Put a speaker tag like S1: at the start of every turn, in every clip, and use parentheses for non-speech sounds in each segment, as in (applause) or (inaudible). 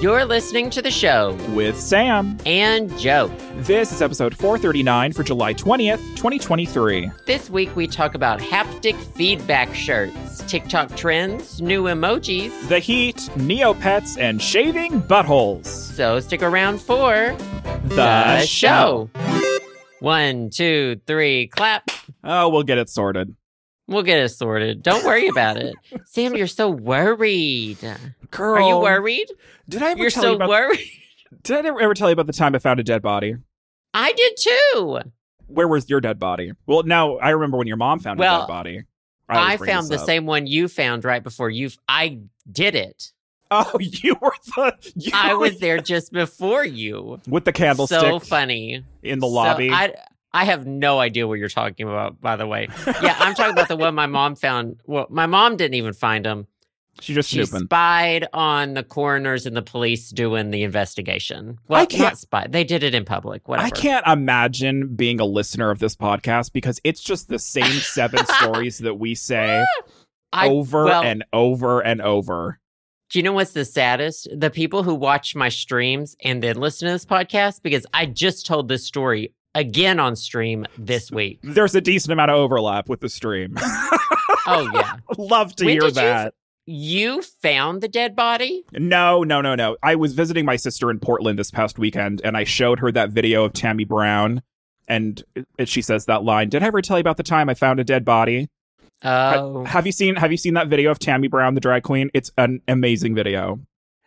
S1: You're listening to the show
S2: with Sam.
S1: and Joe.
S2: This is episode 439 for July 20th, 2023.
S1: This week we talk about haptic feedback shirts, TikTok trends, new emojis.
S2: The heat, Neopets, and shaving buttholes.
S1: So stick around for
S2: The,
S1: One, two, three, clap.
S2: Oh, we'll get it sorted.
S1: We'll get it sorted. Don't worry about
S2: (laughs)
S1: it. Sam, you're so worried.
S2: Girl,
S1: Are you worried?
S2: Did I ever
S1: You're
S2: tell you
S1: so
S2: about?
S1: worried.
S2: did I ever tell you about the time I found a dead body?
S1: I did too.
S2: Where was your dead body? Well, now I remember when your mom found a
S1: Well,
S2: dead body.
S1: I,
S2: always bring
S1: found the
S2: this up.
S1: same one you found right before you. f- I did it.
S2: Oh, (laughs) you were the. You
S1: I
S2: were-
S1: was
S2: (laughs)
S1: there just before you.
S2: with the candlestick
S1: So funny.
S2: in the
S1: So
S2: lobby.
S1: I, I have no idea what you're talking about, by the
S2: (laughs)
S1: way. Yeah, I'm talking about the one my mom found. Well, my mom didn't even find him.
S2: she just
S1: She
S2: snooping.
S1: spied on the coroners and the police doing the investigation. Well,
S2: I can't-
S1: not spy. They did it in public. Whatever.
S2: I can't imagine being a listener of this podcast because it's just the same
S1: (laughs)
S2: seven stories that we say
S1: I-
S2: over
S1: well-
S2: and over and over.
S1: Do you know what's the saddest? The people who watch my streams and then listen to this podcast because I just told this story again on stream this week.
S2: (laughs) There's a decent amount of overlap with the stream. (laughs)
S1: oh yeah,
S2: Love to
S1: When
S2: hear
S1: did you-
S2: that.
S1: you found the dead body.
S2: No, no, no, no. I was visiting my sister in Portland this past weekend and I showed her that video of Tammy Brown. And it- she says that line. Did I ever tell you about the time I found a dead body?
S1: Oh,
S2: Have you seen Have you seen that video of Tammy Brown, the drag queen? It's an amazing video.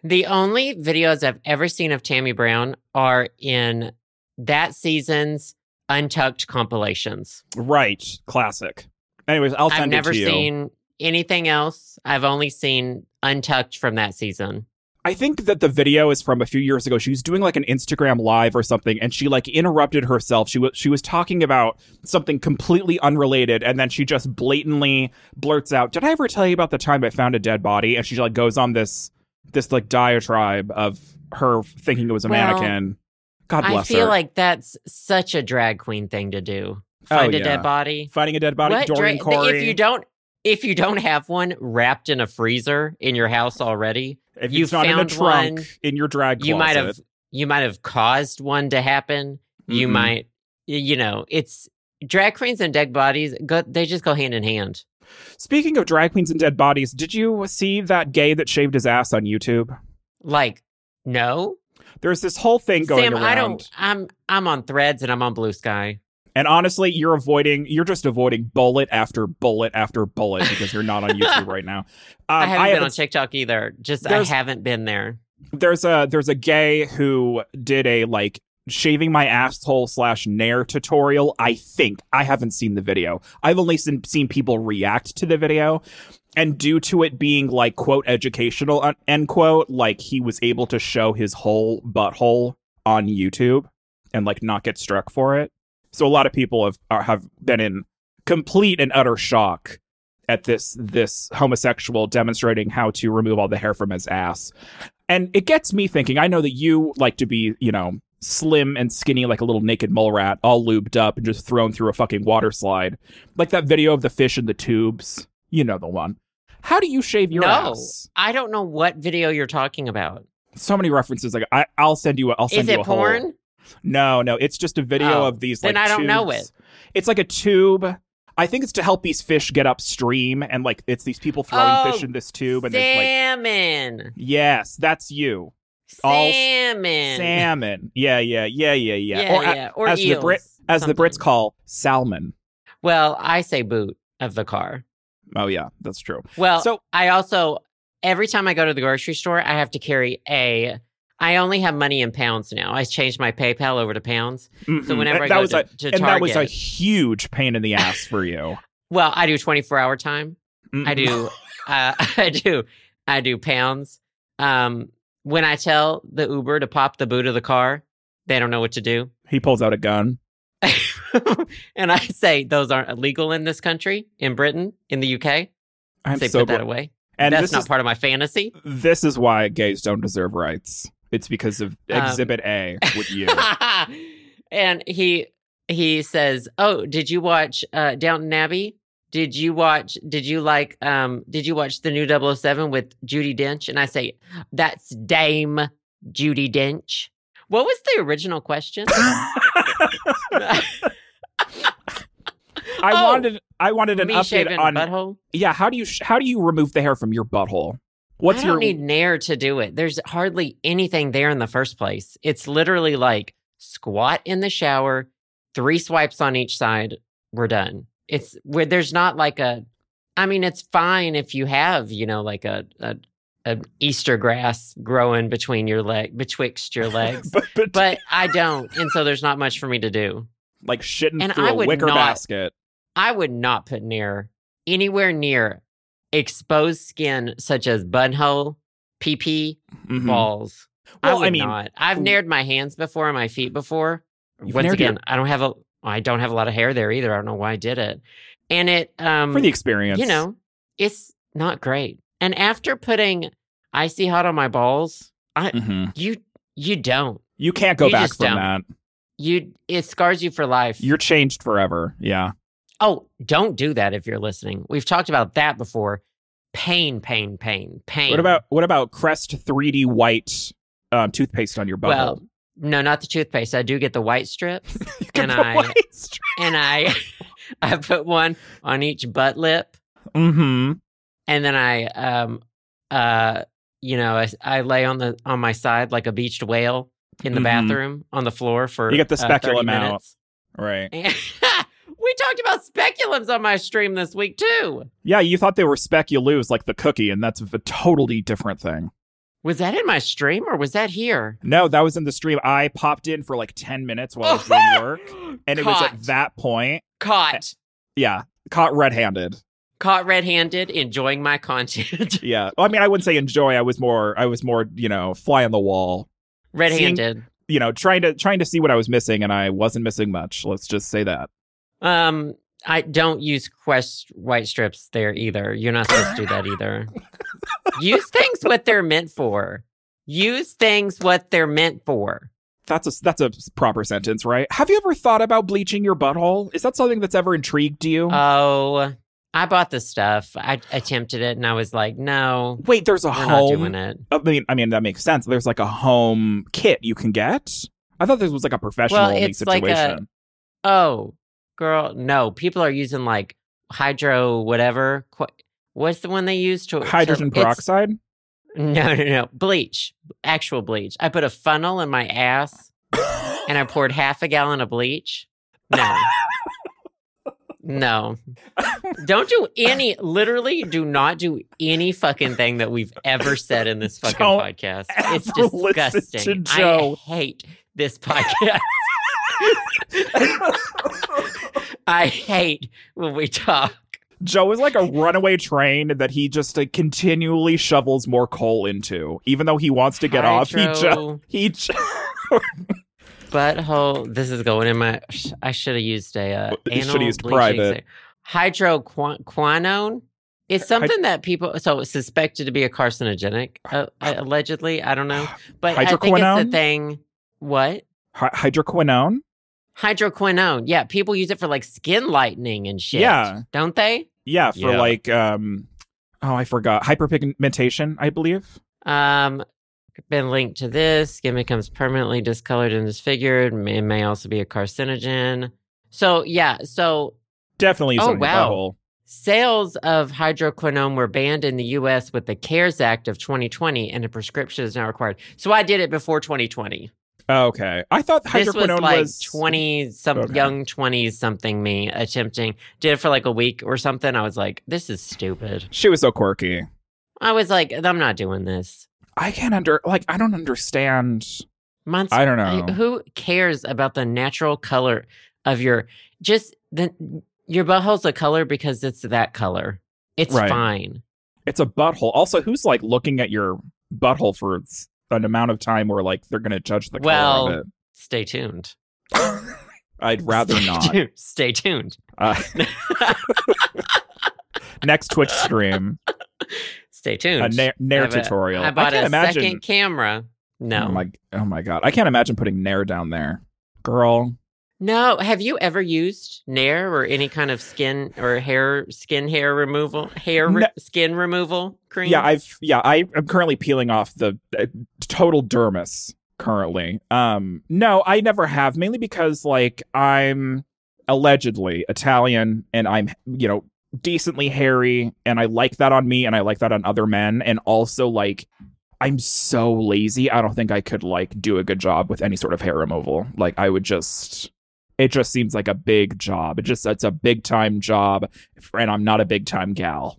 S1: the only videos I've ever seen of Tammy Brown are in that season's Untucked compilations.
S2: Right, classic. Anyways, I'll send
S1: I've never
S2: it to you.
S1: seen anything else. I've only seen Untucked from that season.
S2: I think that the video is from a few years ago. She was doing like an Instagram live or something, and she like interrupted herself. She was she was talking about something completely unrelated, and then she just blatantly blurts out, "Did I ever tell you about the time I found a dead body?" And she like goes on this this like diatribe of her thinking it was a
S1: Well,
S2: mannequin. God
S1: I
S2: bless
S1: feel
S2: her.
S1: like that's such a drag queen thing to do.
S2: Oh,
S1: Find a
S2: yeah.
S1: dead body.
S2: Finding a dead body,
S1: What
S2: Dorian
S1: dra-
S2: Corey.
S1: If you don't, if you don't have one wrapped in a freezer in your house already,
S2: if
S1: you
S2: it's not in a
S1: found
S2: trunk
S1: one,
S2: in your drag closet,
S1: you might have you might have caused one to happen. You
S2: Mhm.
S1: might, y- you know, it's drag queens and dead bodies. Go, they just go hand in hand.
S2: Speaking of drag queens and dead bodies, did you see that gay that shaved his ass on YouTube?
S1: Like, no,
S2: There's this whole thing going
S1: Sam,
S2: around.
S1: I don't. I'm I'm on Threads and I'm on Blue Sky.
S2: And honestly, you're avoiding, you're just avoiding bullet after bullet after bullet because
S1: (laughs)
S2: you're not on YouTube right now. Um,
S1: I haven't
S2: I
S1: been on
S2: haven't-
S1: TikTok either. Just I
S2: There's-
S1: haven't been there.
S2: there's a there's a gay who did a like shaving my asshole slash nair tutorial. I think I haven't seen the video. I've only seen, seen people react to the video. And due to it being like quote educational un- end quote, like he was able to show his whole butthole on YouTube and like not get struck for it. So a lot of people have are, have been in complete and utter shock at this this homosexual demonstrating how to remove all the hair from his ass. And it gets me thinking. I know that you like to be, you know, slim and skinny like a little naked mole rat, all lubed up and just thrown through a fucking water slide. Like that video of the fish in the tubes. You know the one. How do you shave your
S1: no,
S2: ass?
S1: I don't know what video you're talking about.
S2: So many references. Like I, I'll send you. A, I'll send
S1: Is
S2: you
S1: it
S2: a whole-
S1: porn?
S2: No, no. It's just a video
S1: Oh,
S2: of these.
S1: then
S2: like,
S1: I don't know
S2: tubes.
S1: it.
S2: It's like a tube. I think it's to help these fish get upstream, and like it's these people throwing
S1: Oh,
S2: fish in this tube, and there's like
S1: salmon.
S2: yes, that's you, all s-
S1: salmon.
S2: salmon. Yeah, yeah, yeah, yeah, yeah.
S1: Yeah,
S2: or a-
S1: yeah. Or
S2: as the
S1: eels,
S2: Brit as the Brits
S1: something.
S2: call salmon.
S1: Well, I say boot of the car.
S2: Oh yeah, that's true.
S1: Well,
S2: So-
S1: I also every time I go to the grocery store, I have to carry a. I only have money in pounds now. I changed my PayPal over to pounds. So
S2: Mhm.
S1: whenever
S2: And
S1: I
S2: that
S1: go
S2: was
S1: to,
S2: a
S1: to
S2: and that
S1: Target,
S2: was a huge pain
S1: (laughs)
S2: in the ass for you.
S1: well, I do twenty four hour time. I
S2: Mhm.
S1: do.
S2: (laughs)
S1: Uh, (laughs) I do. I do pounds. Um, when I tell the Uber to pop the boot of the car, they don't know what to do. (laughs)
S2: He pulls out a gun.
S1: and I say those aren't illegal in this country, in Britain, in the UK.
S2: I'm
S1: they
S2: so
S1: put that
S2: gl-
S1: away.
S2: and
S1: That's
S2: this
S1: not
S2: is
S1: part of my fantasy.
S2: this is why gays don't deserve rights. It's because of
S1: Um,
S2: Exhibit A with
S1: (laughs)
S2: you.
S1: and he he says, "Oh, did you watch uh, Downton Abbey? Did you watch? Did you like? oh Um, did you watch the new 007 with Judy Dench?" And I say, "That's Dame Judy Dench. What was the original
S2: (laughs)
S1: question? (laughs)
S2: I
S1: Oh.
S2: wanted I wanted an
S1: Me
S2: update
S1: shaving
S2: on
S1: butthole.
S2: yeah. How do you sh- how do you remove the hair from your butthole? What's
S1: I don't
S2: your
S1: need Nair to do it. There's hardly anything there in the first place. It's literally like squat in the shower, three swipes on each side, we're done. It's where there's not like a I mean, it's fine if you have, you know, like a a, a Easter grass growing between your leg betwixt
S2: (laughs)
S1: your legs.
S2: but, but,
S1: but I don't, and so there's not much for me to do.
S2: like shitting
S1: and
S2: through
S1: I
S2: a
S1: would
S2: wicker
S1: not-
S2: basket?
S1: I would not put near anywhere near exposed skin such as bunhole, pee pee,
S2: Mhm.
S1: balls. I
S2: Well, I
S1: would
S2: mean-
S1: not. I've nared my hands before, and my feet before.
S2: You've
S1: Once
S2: nared your-
S1: again, I don't have a I don't have a lot of hair there either. I don't know why I did it. And it um
S2: for the experience.
S1: you know, it's not great. And after putting icy hot on my balls,
S2: Mhm.
S1: you you don't.
S2: you can't go
S1: You
S2: back
S1: just
S2: from
S1: don't.
S2: that.
S1: You it scars you for life.
S2: You're changed forever. Yeah.
S1: Oh, don't do that if you're listening. We've talked about that before. Pain, pain, pain, pain.
S2: What about what about Crest 3D white um, toothpaste on your butthole?
S1: Well, no, not the toothpaste. I do get the white strips,
S2: (laughs) You can
S1: and
S2: put
S1: I-
S2: white stri-
S1: and I (laughs) I put one on each butt lip,
S2: Mhm.
S1: and then I um uh you know I, I lay on the on my side like a beached whale in the
S2: Mhm.
S1: bathroom on the floor for
S2: You get the
S1: uh, 30
S2: speculum out.
S1: minutes. (laughs)
S2: Right.
S1: And- we talked about speculums on my stream this week too.
S2: Yeah, you thought they were speculoos like the cookie, and that's a totally different thing.
S1: Was that in my stream or was that here?
S2: No, that was in the stream. I popped in for like 10 minutes while I
S1: (laughs)
S2: was doing work. And it was
S1: Caught.
S2: at that point,
S1: caught
S2: yeah, caught red handed.
S1: caught red-handed enjoying my content (laughs)
S2: Yeah. Well, I mean, I wouldn't say enjoy. I was more, I was more, you know, fly on the wall,
S1: red-handed
S2: you know, trying to, trying to see what I was missing. And I wasn't missing much. Let's just say that.
S1: um i don't use quest white strips there either you're not supposed to do that either use things what they're meant for use things what they're meant for
S2: That's a, that's a proper sentence, right? Have you ever thought about bleaching your butthole? Is that something that's ever intrigued you?
S1: oh i bought the stuff i attempted it and i was like no
S2: Wait, there's a
S1: we're not
S2: home.
S1: doing it
S2: I mean, I mean that makes sense. There's like a home kit you can get. I thought this was like a professional
S1: Well,
S2: only
S1: it's like
S2: situation.
S1: a- oh girl no people are using like hydro whatever Qu- what's the one they use to to-
S2: Hydrogen
S1: it's-
S2: peroxide.
S1: No, no, no. Bleach. Actual bleach. I put a funnel in my ass and I poured half a gallon of bleach. No. no. Don't do any, literally, do not do any fucking thing that we've ever said in this fucking
S2: Don't
S1: podcast.
S2: ever
S1: It's
S2: listen
S1: disgusting.
S2: to Joe.
S1: I hate this
S2: (laughs)
S1: podcast. I hate when we talk.
S2: Joe is like a runaway train that he just like, continually shovels more coal into, even though he wants to get off. He just
S1: Hydro
S2: he ju-
S1: butthole. This is going in my. I should have used a. Uh,
S2: You shoulda
S1: anal
S2: used
S1: bleaching
S2: private.
S1: sa- Hydroquinone. It's something that people so it's suspected to be a carcinogenic, uh, uh, allegedly. I don't
S2: (sighs)
S1: know, but I think it's the
S2: Hydroquinone?
S1: thing. What
S2: Hy- hydroquinone.
S1: hydroquinone? Yeah, people use it for like skin lightening and shit.
S2: Yeah.
S1: don't they?
S2: Yeah, for
S1: Yeah.
S2: like um, oh I forgot hyperpigmentation. I believe.
S1: Um, been linked to this. Skin becomes permanently discolored and disfigured. It may also be a carcinogen. So yeah, so
S2: Definitely.
S1: Oh,
S2: something
S1: wow.
S2: butthole.
S1: Sales of hydroquinone were banned in the U.S. with the CARES Act of 2020, and a prescription is now required. So I did it before 2020.
S2: Okay, I thought
S1: This was
S2: hydroquinone
S1: like
S2: was
S1: 20 some
S2: Okay.
S1: young 20 something me attempting. Did it for like a week or something. I was like, this is stupid.
S2: She was so quirky.
S1: I was like, I'm not doing this.
S2: I can't under like I don't understand.
S1: Monster.
S2: I don't know.
S1: who cares about the natural color of your just the your butthole's a color because it's that color. It's
S2: Right.
S1: fine.
S2: it's a butthole. Also, who's like looking at your butthole for s- an amount of time where like they're gonna judge the
S1: Well,
S2: color of
S1: Stay tuned.
S2: it? I'd
S1: (laughs)
S2: rather
S1: Stay
S2: not.
S1: tuned. Stay tuned.
S2: Uh, next Twitch stream,
S1: Stay tuned.
S2: a na- nair
S1: I have a-
S2: tutorial.
S1: I bought
S2: can't
S1: a
S2: imagine.
S1: second camera. No.
S2: Oh my, oh my god, I can't imagine putting nair down there, girl.
S1: No, have you ever used Nair or any kind of skin or hair skin hair removal hair re-
S2: No.
S1: skin removal cream?
S2: Yeah, I've yeah, I am currently peeling off the uh, total dermis currently. Um no, I never have mainly because like I'm allegedly Italian and I'm you know decently hairy and I like that on me and I like that on other men and also like I'm so lazy. I don't think I could like do a good job with any sort of hair removal. Like I would just it just seems like a big job. It just it's a big time job and I'm not a big time gal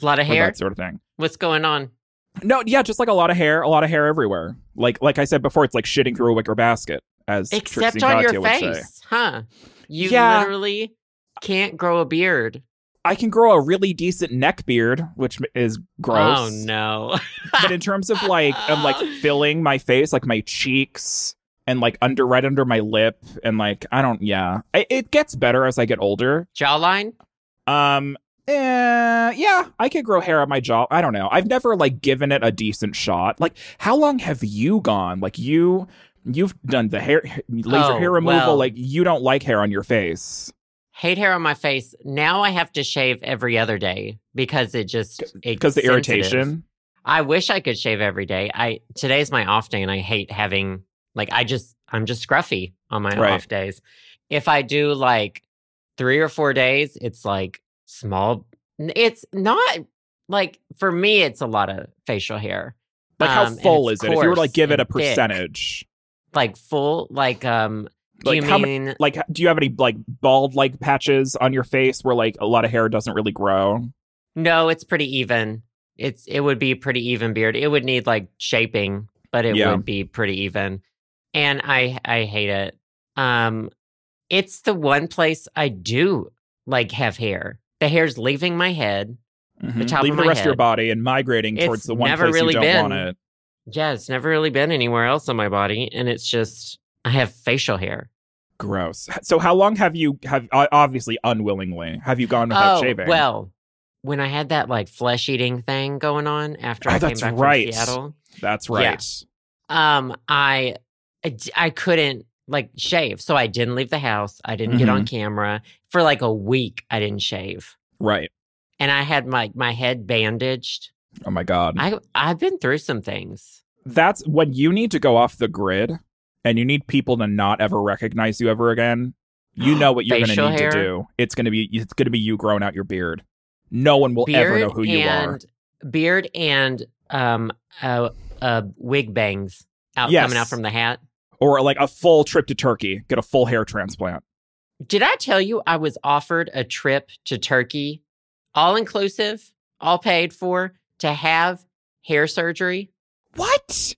S1: a lot of
S2: for
S1: hair.
S2: that sort of thing.
S1: What's going on?
S2: No, yeah, just like a lot of hair, a lot of hair everywhere. Like like I said before, it's like shitting through a wicker basket, as
S1: Except
S2: Trixie
S1: on your
S2: Mattia would say.
S1: face, huh? You
S2: Yeah.
S1: literally can't grow a beard.
S2: I can grow a really decent neck beard, which m- is gross.
S1: Oh no. (laughs)
S2: but in terms of like of like filling my face, like my cheeks and like under right under my lip, and like I don't, yeah, it, it gets better as I get older.
S1: Jawline?
S2: Um, eh, yeah, I could grow hair on my jaw. I don't know. I've never like given it a decent shot. Like, how long have you gone? Like you, you've done the hair laser
S1: Oh,
S2: hair removal.
S1: well.
S2: Like you don't like hair on your face.
S1: Hate hair on my face. Now I have to shave every other day because it just
S2: Because the irritation.
S1: I wish I could shave every day. I today's my off day and I hate having like I just I'm just scruffy on my
S2: Right.
S1: off days. If I do like 3 or 4 days, it's like small it's not like for me it's a lot of facial hair.
S2: Like
S1: Um,
S2: how
S1: and
S2: full
S1: it's
S2: is it? If you were to like
S1: coarse
S2: give it
S1: and
S2: a
S1: thick.
S2: percentage,
S1: Like full like um do
S2: Like,
S1: you
S2: how many-
S1: mean
S2: like h- do you have any like bald like patches on your face where like a lot of hair doesn't really grow?
S1: No, it's pretty even. It's it would be a pretty even beard. It would need like shaping, but it
S2: Yeah.
S1: would be pretty even. And I I hate it. Um it's the one place I do like have hair. The hair's leaving my head.
S2: Mhm.
S1: top of
S2: Leave
S1: my
S2: the rest of your
S1: head.
S2: body and migrating
S1: It's
S2: towards the one
S1: never
S2: place
S1: really
S2: you don't
S1: been-
S2: want it.
S1: Yeah, it's never really been anywhere else on my body and it's just I have facial hair.
S2: Gross. So how long have you have o- obviously unwillingly have you gone without
S1: oh,
S2: shaving?
S1: well, when I had that like flesh eating thing going on after
S2: Oh,
S1: I came
S2: that's
S1: back
S2: right.
S1: from Seattle,
S2: that's
S1: yeah.
S2: right.
S1: um I, I d- I couldn't like shave so i didn't leave the house i didn't get on
S2: Mm-hmm.
S1: camera for like a week i didn't shave
S2: Right.
S1: and i had my my head bandaged
S2: Oh my god.
S1: i i've been through some things
S2: that's when you need to go off the grid and you need people to not ever recognize you ever again.
S1: (gasps)
S2: You know what you're going to
S1: Facial
S2: need
S1: hair?
S2: to do. It's going to be it's going to be you growing out your beard. No one will ever know who you are.
S1: and beard and um uh, uh wig bangs out
S2: Yes.
S1: coming out from the hat
S2: Or like a full trip to Turkey, get a full hair transplant.
S1: did i tell you i was offered a trip to turkey all inclusive all paid for to have hair surgery
S2: What?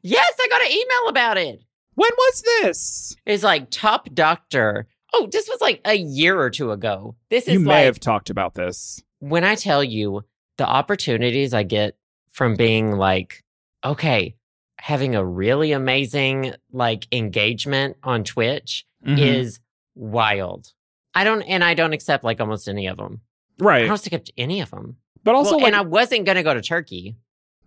S1: yes i got an email about it
S2: When was this?
S1: is like top doctor. Oh, this was like a year or two ago. This is
S2: you may
S1: like
S2: have talked about this.
S1: when I tell you the opportunities I get from being like, okay, having a really amazing like engagement on Twitch
S2: Mhm.
S1: is wild. I don't, and I don't accept like almost any of them. I
S2: right.
S1: don't accept any of them.
S2: But also
S1: well,
S2: like
S1: and I wasn't going to go to Turkey.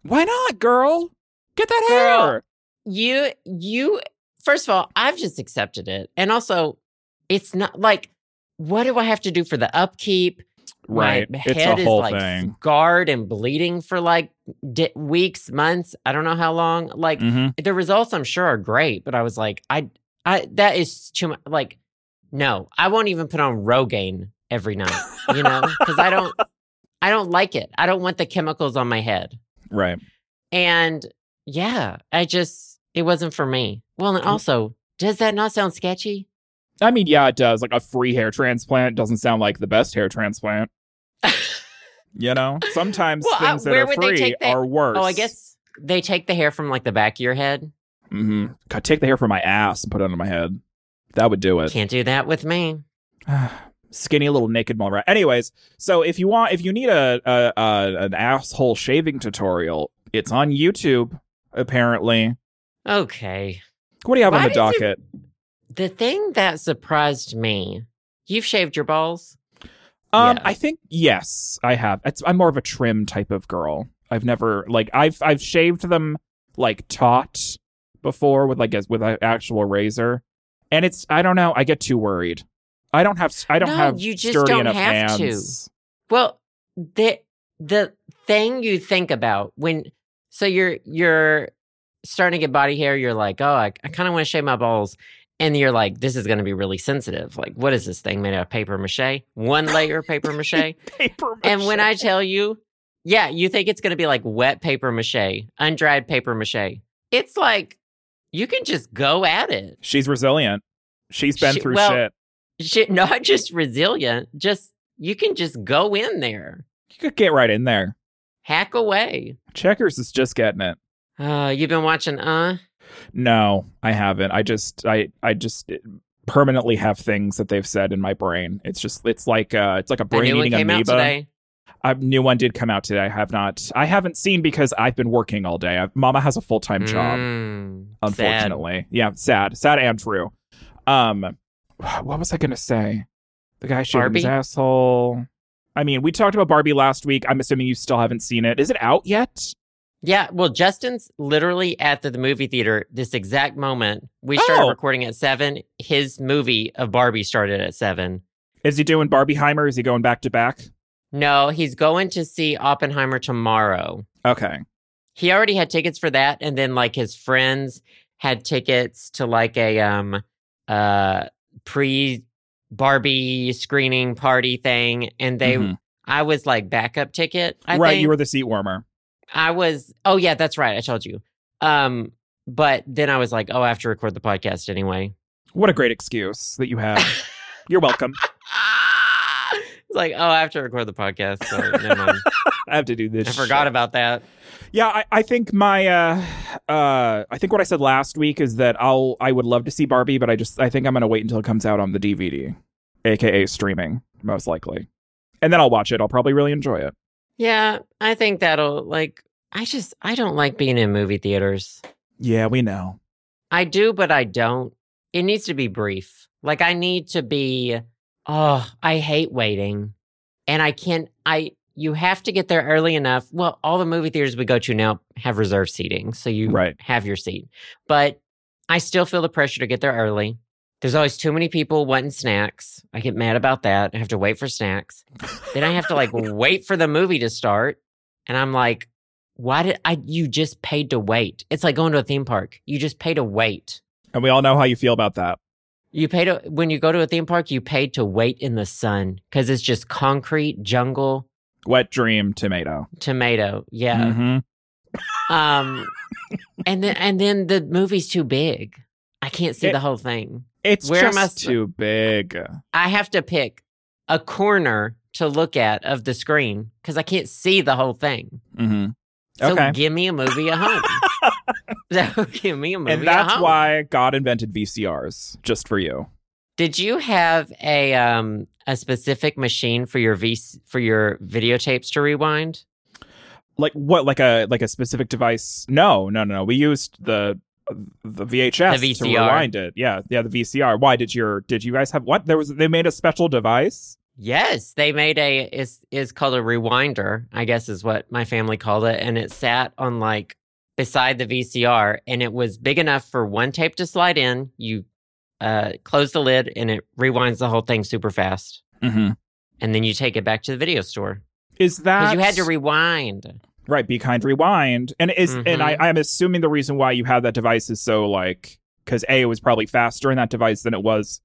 S2: Why not, girl? Get that
S1: Girl.
S2: hair.
S1: you you first of all i've just accepted it and also it's not like what do i have to do for the upkeep my
S2: It's
S1: head
S2: a whole
S1: is like
S2: thing.
S1: scarred and bleeding for like di- weeks months i don't know how long like
S2: Mm-hmm.
S1: the results i'm sure are great but i was like i i that is too much like no i won't even put on rogaine every night you know because i
S2: (laughs)
S1: don't i don't like it i don't want the chemicals on my head
S2: Right.
S1: and yeah, I just, it wasn't for me. Well,
S2: Mm.
S1: and also, does that not sound sketchy?
S2: I mean, yeah, it does. Like a free hair transplant doesn't sound like the best hair
S1: (laughs)
S2: transplant. You know, sometimes
S1: Well, I-
S2: things that
S1: where
S2: are
S1: would they
S2: free
S1: take the-
S2: are worse.
S1: oh, I guess they take the hair from like the back of your head.
S2: Mm-hmm. God, take the hair from my ass and put it under my head. That would do it.
S1: Can't do that with me.
S2: Skinny little naked mole rat. Anyways, so if you want, if you need a, a, a an asshole shaving tutorial, it's on YouTube. Apparently,
S1: Okay.
S2: what do you have
S1: Why
S2: on the
S1: does it-
S2: docket?
S1: The thing that surprised me, you've shaved your balls.
S2: Um,
S1: Yeah.
S2: I think yes, I have. It's, I'm more of a trim type of girl. I've never like I've I've shaved them like taut before with like a, with an actual razor, And it's I don't know. I get too worried. I don't have I don't
S1: No,
S2: have
S1: you just
S2: sturdy
S1: don't
S2: enough
S1: have to. (laughs)
S2: hands. (laughs)
S1: Well, the the thing you think about when so you're you're starting to get body hair, you're like, oh, I, I kind of want to shave my balls, and you're like, this is going to be really sensitive. Like, what is this thing made out of paper mache? One layer of paper mache.
S2: Paper
S1: and when
S2: mache.
S1: I tell you, yeah, you think it's going to be like wet paper mache, undried paper mache. It's like you can just go at it.
S2: she's resilient. She's been
S1: She-
S2: through
S1: well,
S2: shit.
S1: Shit, (laughs) not just resilient, just you can just go in there,
S2: You could get right in there.
S1: hack away.
S2: Checkers is just getting it.
S1: Uh, you've been watching uh
S2: No, I haven't. I just I I just permanently have things that they've said in my brain. It's just it's like uh it's like a
S1: the
S2: brain
S1: new one
S2: eating
S1: came out
S2: amoeba.
S1: today.
S2: A new one did come out today. I have not. I haven't seen because I've been working all day. i Mama has a full time job,
S1: Mm, sad.
S2: unfortunately. Yeah, sad, sad and true. Um, what was I gonna say? The guy shaving his
S1: Barbie?
S2: asshole. I mean, we talked about Barbie last week. I'm assuming you still haven't seen it. Is it out yet?
S1: Yeah, well, Justin's literally at the, the movie theater this exact moment. We started
S2: Oh.
S1: recording at seven. His movie of Barbie started at seven.
S2: Is he doing Barbieheimer? Is he going back to back?
S1: No, he's going to see Oppenheimer tomorrow.
S2: Okay.
S1: He already had tickets for that, and then like his friends had tickets to like a um uh pre Barbie screening party thing, and they
S2: Mhm.
S1: I was like backup ticket. I
S2: right.
S1: think.
S2: You were the seat warmer.
S1: I was oh yeah, that's right. I told you. Um but then I was like, oh, I have to record the podcast anyway. (laughs)
S2: What a great excuse that you have. You're welcome.
S1: it's like, oh, I have to record the podcast. So
S2: (laughs)
S1: never mind.
S2: I have to do this.
S1: I forgot
S2: shit.
S1: about that.
S2: Yeah, I, I think my uh uh I think what I said last week is that I'll I would love to see Barbie, but I just I think I'm gonna wait until it comes out on the DVD, aka streaming, most likely. And then I'll watch it. I'll probably really enjoy it.
S1: Yeah, I think that'll like I just I don't like being in movie theaters.
S2: Yeah, we know.
S1: I do, but I don't. It needs to be brief. Like I need to be oh, I hate waiting. And I can't I you have to get there early enough. Well, all the movie theaters we go to now have reserved seating, so you
S2: Right.
S1: have your seat. But I still feel the pressure to get there early. There's always too many people wanting snacks. I get mad about that. I have to wait for snacks. Then I have to like wait for the movie to start. And I'm like, why did I you just paid to wait? It's like going to a theme park. You just pay to wait.
S2: And we all know how you feel about that.
S1: You pay to when you go to a theme park, you pay to wait in the sun because it's just concrete, jungle,
S2: Wet dream tomato.
S1: tomato. Yeah.
S2: Mhm. (laughs)
S1: Um and then and then the movie's too big. I can't see
S2: It-
S1: the whole thing.
S2: It's
S1: Where am
S2: just
S1: I s-
S2: too big.
S1: I have to pick a corner to look at of the screen because I can't see the whole thing.
S2: Mm-hmm.
S1: So
S2: Okay.
S1: give me a movie at home.
S2: (laughs)
S1: (laughs) so give me a movie
S2: And that's
S1: at home.
S2: why God invented VCRs, just for you.
S1: Did you have a um a specific machine for your v- for your videotapes to rewind?
S2: like what like a like a specific device no no no no we used the the VHS
S1: The
S2: to
S1: VCR.
S2: rewind it yeah yeah the VCR why did your did you guys have what there was they made a special device
S1: Yes, they made a is is called a rewinder, I guess is what my family called it, and it sat on like beside the VCR, and it was big enough for one tape to slide in. You uh, close the lid, and it rewinds the whole thing super fast,
S2: mm-hmm.
S1: and then you take it back to the video store
S2: is
S1: because
S2: that
S1: you had to rewind.
S2: right be kind rewind and is and I
S1: Mhm.
S2: I'm assuming the reason why you had that device is so like because a it was probably faster in that device than it was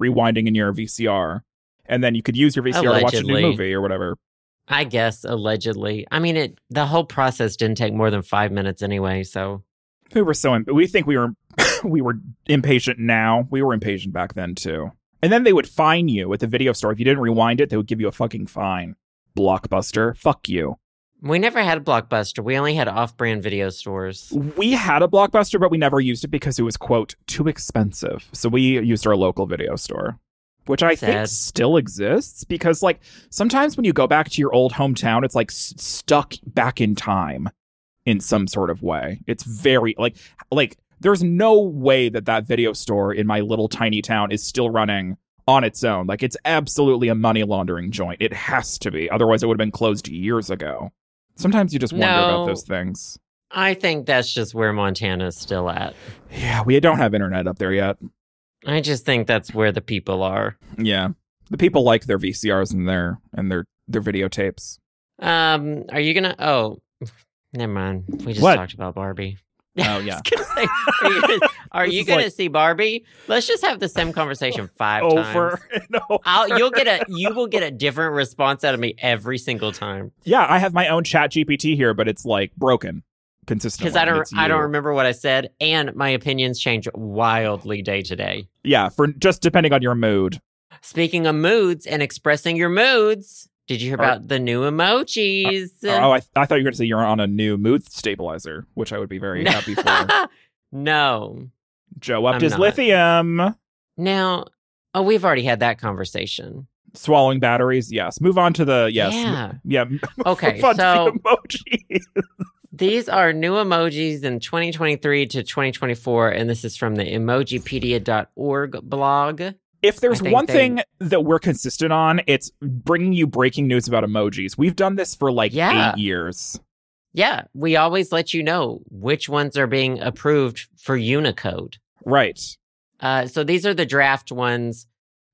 S2: rewinding in your VCR and then you could use your VCR to watch a new
S1: Allegedly.
S2: movie or whatever
S1: I guess allegedly. I mean, it the whole process didn't take more than five minutes anyway. So
S2: we were so imp- we think we were (coughs) we were impatient now we were impatient back then too and then they would fine you at the video store if you didn't rewind it they would give you a fucking fine blockbuster fuck you
S1: we never had a blockbuster. We only had off-brand video stores.
S2: we had a blockbuster but we never used it because it was quote too expensive so we used our local video store which i think
S1: Sad.
S2: still exists because like sometimes when you go back to your old hometown it's like s- stuck back in time in some sort of way it's very like like there's no way that that video store in my little tiny town is still running on its own like it's absolutely a money laundering joint it has to be otherwise it would have been closed years ago sometimes you just wonder about
S1: No.
S2: those things
S1: I think that's just where Montana's still at.
S2: yeah we don't have internet up there yet
S1: I just think that's where the people are.
S2: Yeah. The people like their VCRs and their and their their videotapes.
S1: Um, are you gonna? Oh, (laughs) never mind. We just
S2: What?
S1: talked about Barbie. (laughs)
S2: Oh,
S1: I was
S2: yeah.
S1: gonna say, are you
S2: (laughs)
S1: gonna, are
S2: This
S1: you
S2: is
S1: gonna
S2: like-
S1: see Barbie? Let's just have the same
S2: (laughs)
S1: conversation five times.
S2: Over (laughs) and over.
S1: I'll, you'll get a you will get a different response out of me every single time
S2: Yeah, I have my own chat GPT here, but it's like broken consistently.
S1: because I don't
S2: It's
S1: I don't
S2: you.
S1: remember what I said and my opinions change wildly day to day.
S2: Yeah, for just depending on your mood.
S1: Speaking of moods and expressing your moods, did you hear
S2: Are-
S1: about the new emojis? (laughs)
S2: oh, I, I thought you were going to say you're on a new mood stabilizer, which I would be very
S1: (laughs)
S2: happy for.
S1: no.
S2: Joe upped
S1: I'm
S2: his
S1: not.
S2: lithium.
S1: Now, oh, we've already had that conversation.
S2: Swallowing batteries. Yes. Move on to the yes. (laughs)
S1: Yeah.
S2: Yeah.
S1: Okay.
S2: Move on (laughs)
S1: so
S2: to the emoji.
S1: These are new emojis in 2023 to 2024, and this is from the emojipedia.org blog.
S2: If there's
S1: I think
S2: one
S1: they-
S2: thing that we're consistent on, it's bringing you breaking news about emojis. We've done this for like
S1: Yeah.
S2: eight years.
S1: Yeah, we always let you know which ones are being approved for Unicode.
S2: Right.
S1: Uh, so these are the draft ones.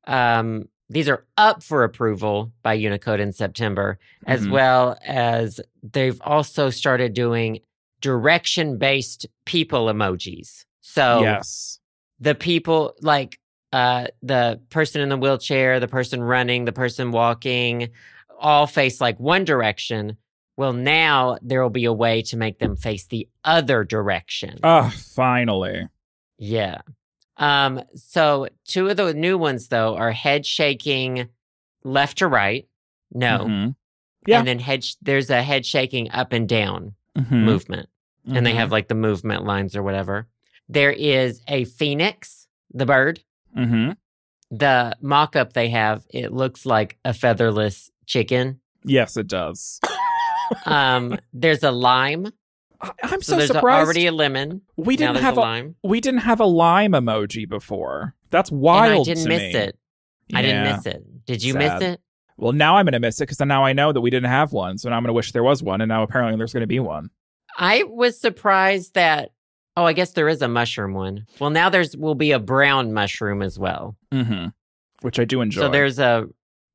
S1: Um, these are up for approval by Unicode in September, as
S2: Mhm.
S1: well as they've also started doing direction based people emojis. So,
S2: Yes.
S1: the people like uh the person in the wheelchair the person running the person walking all face like one direction well now there will be a way to make them face the other direction
S2: Ah, finally.
S1: yeah um so two of the new ones though are head shaking left to right no
S2: Mhm. yeah.
S1: and then head sh- there's a head shaking up and down
S2: Mhm.
S1: movement and they
S2: Mhm.
S1: have like the movement lines or whatever there is a phoenix the bird
S2: Mhm.
S1: the mock up they have, it looks like a featherless chicken.
S2: Yes, it
S1: (coughs)
S2: does. (laughs)
S1: Um, there's a lime.
S2: I- I'm
S1: So,
S2: so,
S1: there's a-
S2: surprised.
S1: already a lemon.
S2: we
S1: now
S2: didn't
S1: there's
S2: have
S1: a
S2: a,
S1: lime.
S2: we didn't have a lime emoji before. That's
S1: And I
S2: wild.
S1: didn't
S2: to
S1: miss
S2: me.
S1: it. I didn't
S2: Yeah.
S1: miss it. Did you
S2: Sad.
S1: miss it?
S2: Well, now I'm gonna miss it because now I know that we didn't have one. So now I'm gonna wish there was one, and now apparently there's gonna be one.
S1: I was surprised that oh, I guess there is a mushroom one. Well, now there's will be a brown mushroom as well.
S2: Mm-hmm. Which I do enjoy.
S1: So there's a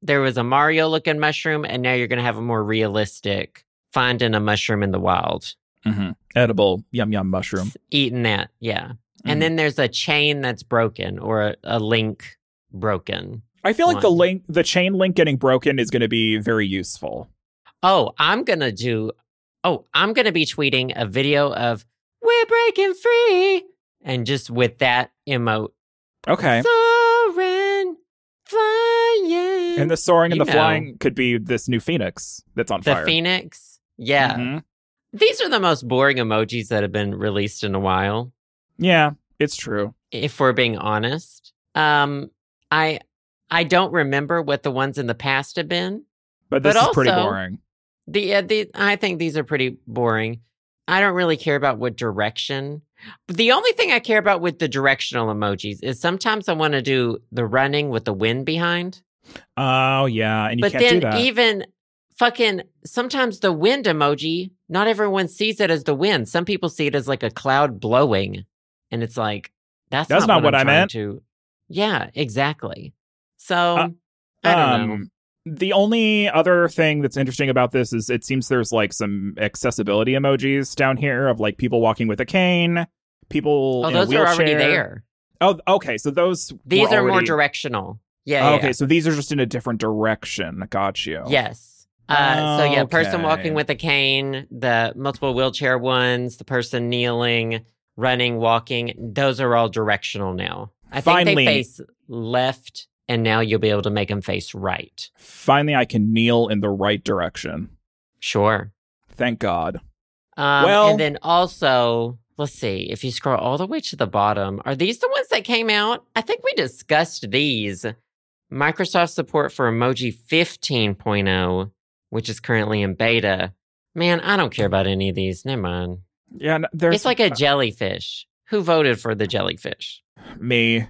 S1: there was a Mario looking mushroom, and now you're gonna have a more realistic finding a mushroom in the wild.
S2: Mhm. edible yum yum mushroom.
S1: Eating that, yeah. And
S2: Mhm.
S1: then there's a chain that's broken or a, a link broken.
S2: I feel like the
S1: one.
S2: link, the chain link getting broken is going to be very useful.
S1: Oh, I'm going to do, oh, I'm going to be tweeting a video of we're breaking free. And just with that emote,
S2: Okay.
S1: soaring, flying.
S2: and the soaring and
S1: you
S2: the
S1: know.
S2: flying could be this new phoenix that's on
S1: The
S2: fire.
S1: phoenix. Yeah.
S2: Mhm.
S1: These are the most boring emojis that have been released in a while.
S2: Yeah, it's true.
S1: if we're being honest. Um, I I don't remember what the ones in the past have been.
S2: But this
S1: But
S2: is pretty
S1: also-
S2: boring.
S1: The, uh, the I think these are pretty boring. I don't really care about what direction. But the only thing I care about with the directional emojis is sometimes I want to do the running with the wind behind.
S2: Oh yeah, and you
S1: but
S2: can't do
S1: then e-
S2: that.
S1: even fucking sometimes the wind emoji, not everyone sees it as the wind. Some people see it as like a cloud blowing. And it's like, that's,
S2: That's not what
S1: I'm
S2: I
S1: trying
S2: meant.
S1: To. Yeah, exactly. So
S2: Uh, um,
S1: I don't know.
S2: The only other thing that's interesting about this is it seems there's like some accessibility emojis down here of like people walking with a cane, people
S1: Oh,
S2: in a
S1: those are already
S2: wheelchair.
S1: there.
S2: Oh, okay. So those
S1: These
S2: were
S1: are more
S2: already-
S1: directional. Yeah.
S2: Oh,
S1: yeah,
S2: okay,
S1: yeah.
S2: so these are just in a different direction. Got you.
S1: Yes. Uh, so yeah, person
S2: Okay.
S1: walking with a cane, the multiple wheelchair ones, the person kneeling, running, walking, those are all directional now. I think they
S2: Finally.
S1: face left, and now you'll be able to make them face right.
S2: Finally, I can kneel in the right direction.
S1: Sure.
S2: Thank God.
S1: Um,
S2: Well-
S1: and then also, let's see, if you scroll all the way to the bottom, are these the ones that came out? I think we discussed these. Microsoft support for emoji 15.0, which is currently in beta. Man, I don't care about any of these. Never mind.
S2: Yeah, n- there's
S1: it's
S2: (laughs)
S1: like a jellyfish. Who voted for the jellyfish? (laughs)
S2: me.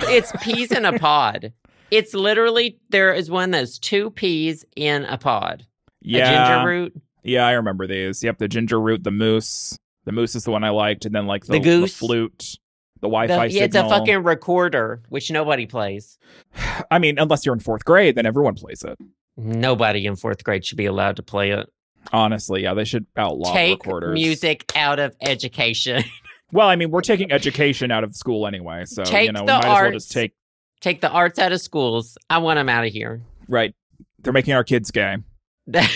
S1: it's peas in a pod. It's literally, there is one that's two peas in a pod.
S2: Yeah,
S1: A ginger root,
S2: yeah, I remember these. Yep, the ginger root, the moose. The moose is the one I liked, and then like the,
S1: The goose.
S2: flute. The Wi-Fi
S1: The-
S2: signal.
S1: It's a fucking recorder, which nobody plays.
S2: I mean, unless you're in fourth grade, then everyone plays it.
S1: Nobody in fourth grade should be allowed to play it.
S2: Honestly, yeah, they should outlaw
S1: Take
S2: recorders.
S1: music out of education. (laughs)
S2: Well, I mean, we're taking education out of school anyway, so you
S1: Take
S2: know, we
S1: the
S2: might as well
S1: arts.
S2: just take
S1: Take the arts out of schools. I want them out of here. (laughs)
S2: right. They're making our kids gay. (laughs) God,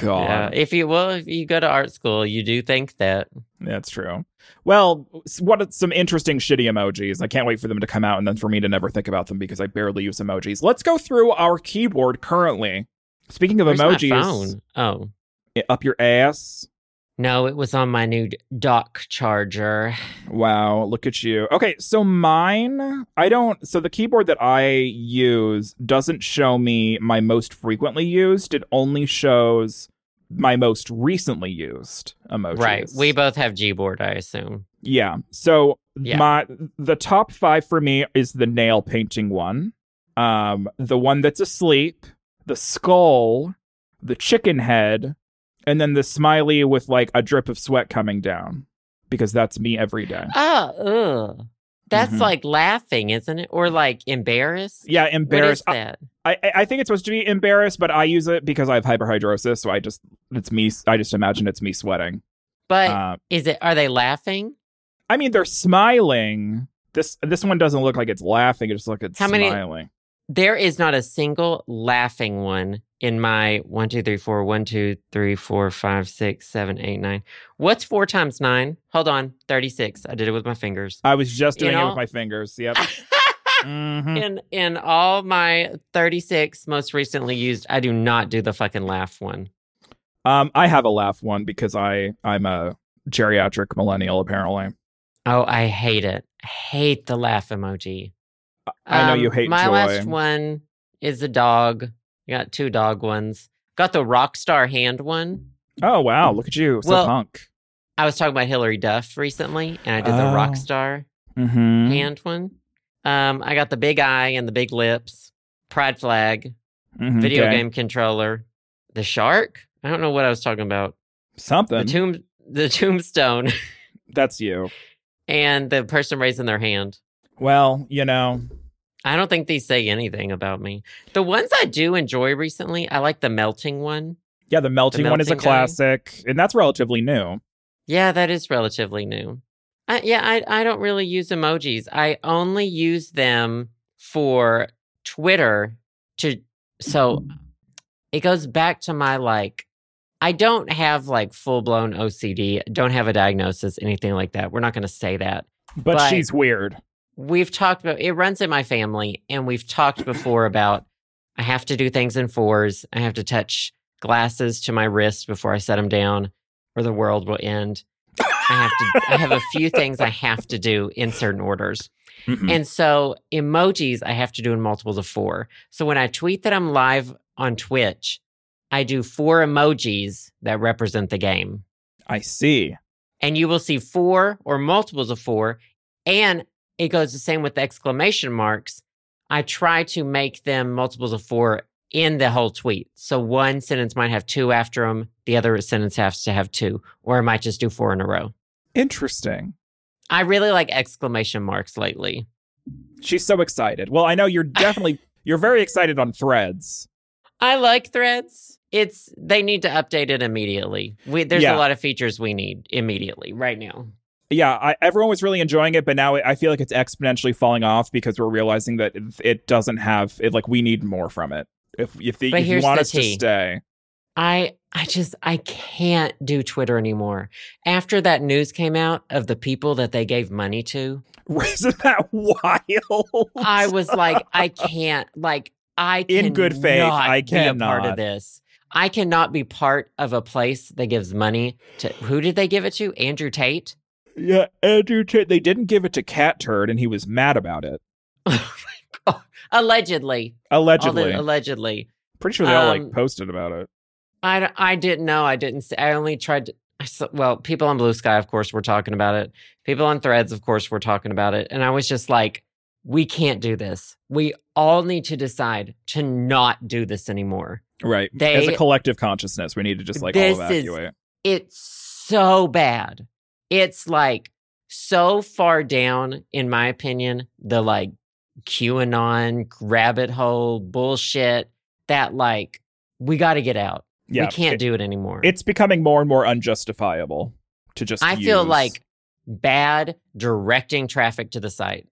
S1: Yeah, if you well, if you go to art school, you do think that.
S2: that's true. Well, s- what are some interesting shitty emojis? I can't wait for them to come out, and then for me to never think about them because I barely use emojis. Let's go through our keyboard currently. Speaking of
S1: Where's my
S2: emojis,
S1: phone? Oh
S2: i- up your ass.
S1: no, it was on my new dock charger.
S2: Wow, look at you. Okay, so mine, I don't. So the keyboard that I use doesn't show me my most frequently used. It only shows my most recently used emojis.
S1: Right, we both have Gboard, I assume.
S2: Yeah. So
S1: Yeah.
S2: my the top five for me is the nail painting one, um, the one that's asleep, the skull, the chicken head, and then the smiley with like a drip of sweat coming down because that's me every day.
S1: Oh, ugh. that's
S2: Mhm.
S1: like laughing, isn't it? Or like embarrassed.
S2: Yeah, embarrassed. uh,
S1: What is that?
S2: I, I- I think it's supposed to be embarrassed, but I use it because I have hyperhidrosis, so I just it's me. I just imagine it's me sweating.
S1: but
S2: Uh,
S1: is it? Are they laughing?
S2: I mean, they're smiling. This this one doesn't look like it's laughing. It just looks like it's
S1: How many-
S2: smiling.
S1: There is not a single laughing one in my one, two, three, four, one, two, three, four, five, six, seven, eight, nine. What's four times nine? Hold on, 36. I did it with my fingers.
S2: I was just
S1: You
S2: doing it
S1: know?
S2: with my fingers.
S1: (laughs)
S2: Yep. Mhm.
S1: in in all my 36 most recently used, I do not do the fucking laugh one.
S2: Um, I have a laugh one because I I'm a geriatric millennial apparently.
S1: Oh, I hate it. I hate the laugh emoji. Um,
S2: I know you hate
S1: My
S2: joy.
S1: last one is a dog. Got two dog ones. Got the rock star hand one.
S2: Oh wow, look at you, so
S1: Well-
S2: punk.
S1: I was talking about Hillary Duff recently, and I did the
S2: Oh.
S1: rock star
S2: Mm-hmm.
S1: hand one. Um, I got the big eye and the big lips, pride flag,
S2: Mm-hmm.
S1: video game controller, the shark. I don't know what I was talking about. The
S2: Something.
S1: tomb, the tombstone, (laughs)
S2: That's you.
S1: and the person raising their hand.
S2: Well, you know.
S1: I don't think these say anything about me. The ones I do enjoy recently, I like the melting one.
S2: Yeah, the melting, one is a
S1: melting guy.
S2: classic, and that's relatively new.
S1: Yeah, that is relatively new. I, yeah, I, I don't really use emojis. I only use them for Twitter to. So it goes back to my like, I don't have like full blown OCD, don't have a diagnosis, anything like that. We're not going to say that.
S2: But,
S1: But-
S2: she's weird.
S1: We've talked about it runs in my family, and we've talked before about I have to do things in fours. I have to touch glasses to my wrist before I set them down, or the world will end. I have to I have a few things I have to do in certain orders.
S2: Mhm.
S1: And so emojis I have to do in multiples of 4. So when I tweet that I'm live on Twitch, I do four emojis that represent the game.
S2: I see.
S1: And you will see four or multiples of 4 and it goes the same with exclamation marks. I try to make them multiples of 4 in the whole tweet. So one sentence might have two after them, the other sentence has to have two, or I might just do four in a row.
S2: Interesting.
S1: I really like exclamation marks lately.
S2: She's so excited. Well, I know you're definitely you're very excited on threads.
S1: I like threads. It's they need to update it immediately. We, there's a
S2: Yeah.
S1: lot of features we need immediately right now.
S2: Yeah, I, everyone was really enjoying it, but now I feel like it's exponentially falling off because we're realizing that it, it doesn't have it. Like we need more from it. If if, the,
S1: But
S2: if you
S1: here's
S2: want
S1: the
S2: us to
S1: tea.
S2: stay, (laughs)
S1: I I just I can't do Twitter anymore. After that news came out of the people that they gave money to,
S2: isn't that wild?
S1: I was like,
S2: (laughs)
S1: I can't. Like, I
S2: In good faith,
S1: cannot
S2: I
S1: be a part
S2: cannot.
S1: of this. I cannot be part of a place that gives money to who did they give it to? Andrew Tate. (laughs)
S2: yeah, Andrew. Tate- They didn't give it to Cat Turd, and he was mad about it.
S1: Oh Allegedly, All the-
S2: Allegedly,
S1: allegedly.
S2: pretty sure they all
S1: uh, um,
S2: like posted about it.
S1: I, d- I didn't know. I didn't. s- I only tried to. I s well, people on Blue Sky, of course, were talking about it. People on Threads, of course, were talking about it. And I was just like, we can't do this. We all need to decide to not do this anymore.
S2: Right.
S1: They-
S2: As a collective consciousness, we need to just like all
S1: This is-
S2: evacuate.
S1: It's so bad. It's like so far down, in my opinion, the like QAnon rabbit hole bullshit that like we got to get out.
S2: Yeah,
S1: we can't
S2: it-
S1: do it anymore.
S2: It's becoming more and more unjustifiable to just.
S1: I feel
S2: use-
S1: like bad directing traffic to the site.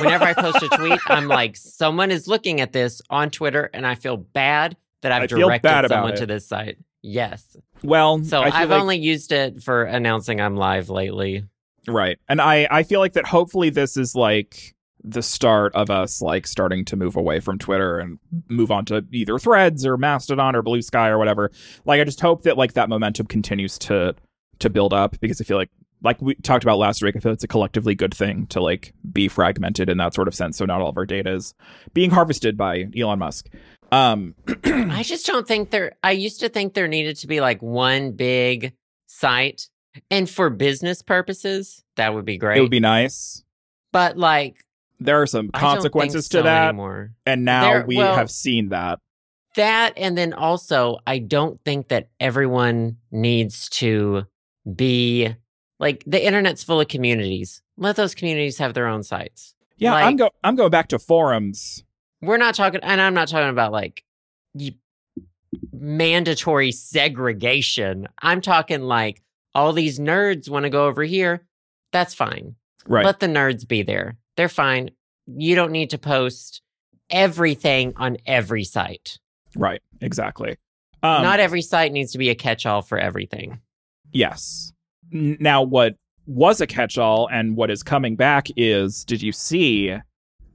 S1: Whenever I
S2: (laughs)
S1: post a tweet, I'm like, someone is looking at this on Twitter, and I feel bad that I've
S2: I feel
S1: directed
S2: bad about
S1: someone
S2: it.
S1: to this site. Yes.
S2: well,
S1: So
S2: I feel
S1: I've
S2: like-
S1: only used it for announcing I'm live lately.
S2: right, and I I feel like that. Hopefully, this is like the start of us like starting to move away from Twitter and move on to either Threads or Mastodon or Blue Sky or whatever. Like, I just hope that like that momentum continues to to build up because I feel like like we talked about last week, I feel it's a collectively good thing to like be fragmented in that sort of sense. So not all of our data is being harvested by Elon Musk. Um, (clears throat)
S1: I just don't think there, I used to think there needed to be like one big site. And for business purposes, that would be great.
S2: it would be nice.
S1: but like,
S2: there are some
S1: I don't think
S2: consequences
S1: so
S2: to that
S1: Anymore.
S2: and now
S1: There-
S2: we
S1: well-
S2: have seen that
S1: That and then also I don't think that everyone needs to be like the internet's full of communities. Let those communities have their own sites.
S2: yeah i'm
S1: Like-
S2: go i'm going back to forums
S1: We're not talking and I'm not talking about like y- mandatory segregation. I'm talking like all these nerds want to go over here. That's fine.
S2: right
S1: Let the nerds be there. They're fine. You don't need to post everything on every site.
S2: right exactly um
S1: not every site needs to be a catch-all for everything.
S2: yes N- now what was a catch-all and what is coming back is did you see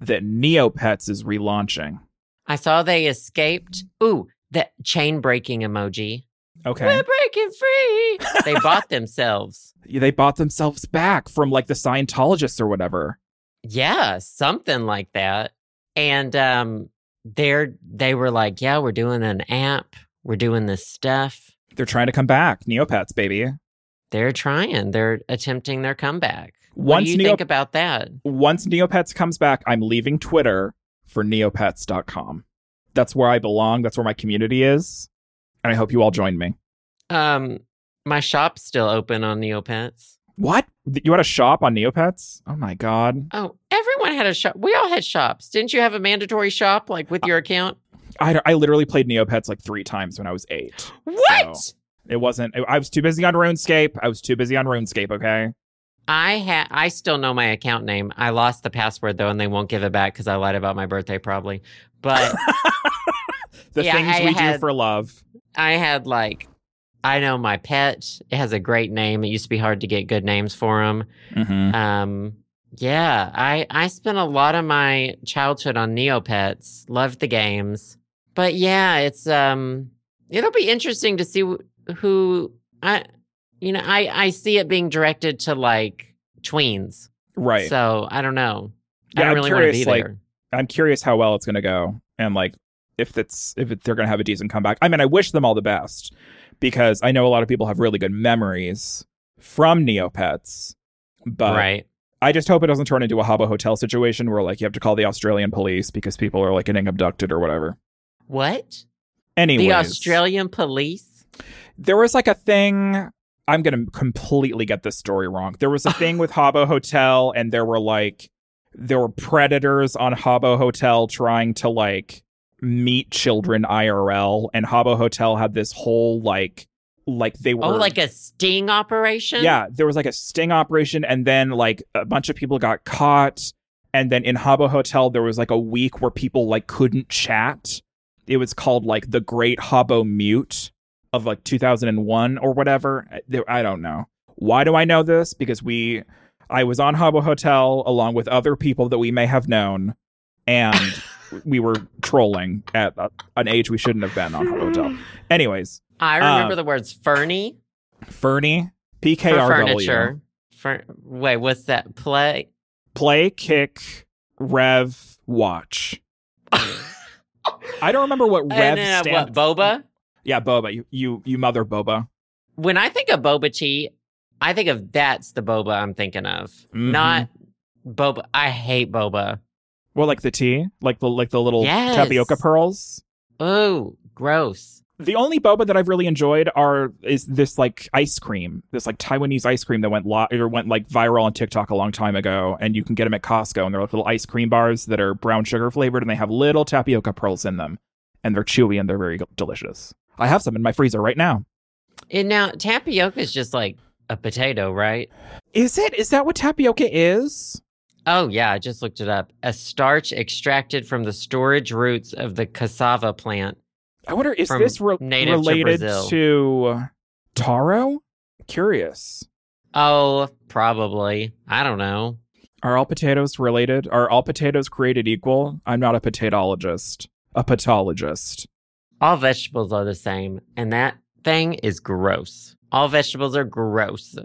S2: that neopets is relaunching
S1: I saw they escaped. Ooh, the chain breaking emoji.
S2: okay
S1: We're breaking free. they bought themselves.
S2: they bought themselves back from like the scientologists or whatever
S1: Yeah, something like that. And um they're they were like, Yeah, we're doing an app. We're doing this stuff.
S2: they're trying to come back neopets baby
S1: They're trying. They're attempting their comeback. what
S2: once
S1: do you
S2: Neo-
S1: think about that?
S2: once Neopets comes back, I'm leaving Twitter for neopets.com. That's where I belong. That's where my community is. And I hope you all join me.
S1: Um my shop's still open on Neopets.
S2: What? You had a shop on Neopets? Oh my God.
S1: Oh, everyone had a shop. We all had shops. Didn't you have a mandatory shop like
S2: Uh,
S1: with your account?
S2: I, I literally played Neopets like three times when I was eight.
S1: What?
S2: It wasn't, I was too busy on RuneScape. I was too busy on RuneScape, okay?
S1: I had I still know my account name. I lost the password though and they won't give it back cuz I lied about my birthday probably. But
S2: The
S1: Yeah,
S2: things
S1: I
S2: we do
S1: had-
S2: for love.
S1: I had like I know my pet. It has a great name. It used to be hard to get good names for him.
S2: Mm-hmm.
S1: Um yeah, I I spent a lot of my childhood on Neopets. Loved the games. But yeah, it's um it'll be interesting to see wh- who I you know, I I see it being directed to like tweens.
S2: Right.
S1: So, I don't know.
S2: Yeah,
S1: I don't
S2: I'm
S1: really want
S2: curious,
S1: to be
S2: like,
S1: there.
S2: I'm curious how well it's going to go and like if it's if it, they're going to have a decent comeback. I mean, I wish them all the best because I know a lot of people have really good memories from Neopets, but
S1: right.
S2: I just hope it doesn't turn into a Habbo Hotel situation where like you have to call the Australian police because people are like getting abducted or whatever.
S1: What?
S2: Anyways,
S1: The Australian police?
S2: there was like a thing. I'm going to completely get this story wrong.
S1: (laughs)
S2: There was a thing with Habbo Hotel, and there were like there were predators on Habbo Hotel trying to like meet children IRL, and Habbo Hotel had this whole like like they were
S1: Oh, like a sting operation?
S2: yeah, there was like a sting operation, and then like a bunch of people got caught. And then in Habbo Hotel, there was like a week where people like couldn't chat. It was called like the Great Habbo Mute of like 2001 or whatever. I- there- I don't know. Why do I know this? Because we, I was on Habbo Hotel along with other people that we may have known, and
S1: (laughs)
S2: we were trolling at uh, an age we shouldn't have been on Habbo
S1: (laughs)
S2: Hotel. Anyways,
S1: I remember
S2: Uh,
S1: the words Fernie
S2: Fernie,
S1: for
S2: PKRW.
S1: furniture. Fer- wait, what's that? Play? (laughs)
S2: play, kick, rev, watch. I don't remember what rev
S1: And then, uh,
S2: stands.
S1: what, boba?
S2: yeah, boba. You, you you mother boba.
S1: When I think of boba tea, I think of that's the boba I'm thinking of.
S2: Mhm.
S1: Not boba. I hate boba.
S2: Well, like the tea, like the like the little
S1: Yes.
S2: tapioca pearls.
S1: Oh, gross.
S2: The only boba that I've really enjoyed are is this like ice cream, this like Taiwanese ice cream that went lo- or went like viral on TikTok a long time ago, and you can get them at Costco, and they're like little ice cream bars that are brown sugar flavored, and they have little tapioca pearls in them, and they're chewy and they're very delicious. I have some in my freezer right now.
S1: And now tapioca is just like a potato, right?
S2: Is it? Is that what tapioca is?
S1: Oh, yeah. I just looked it up. A starch extracted from the storage roots of the cassava plant.
S2: I wonder is
S1: From
S2: this re-
S1: native to
S2: related
S1: Brazil.
S2: to taro? Curious.
S1: Oh, probably. I don't know.
S2: Are all potatoes related? Are all potatoes created equal? I'm not a potatologist. A pathologist.
S1: All vegetables are the same. And that thing is gross. All vegetables are gross.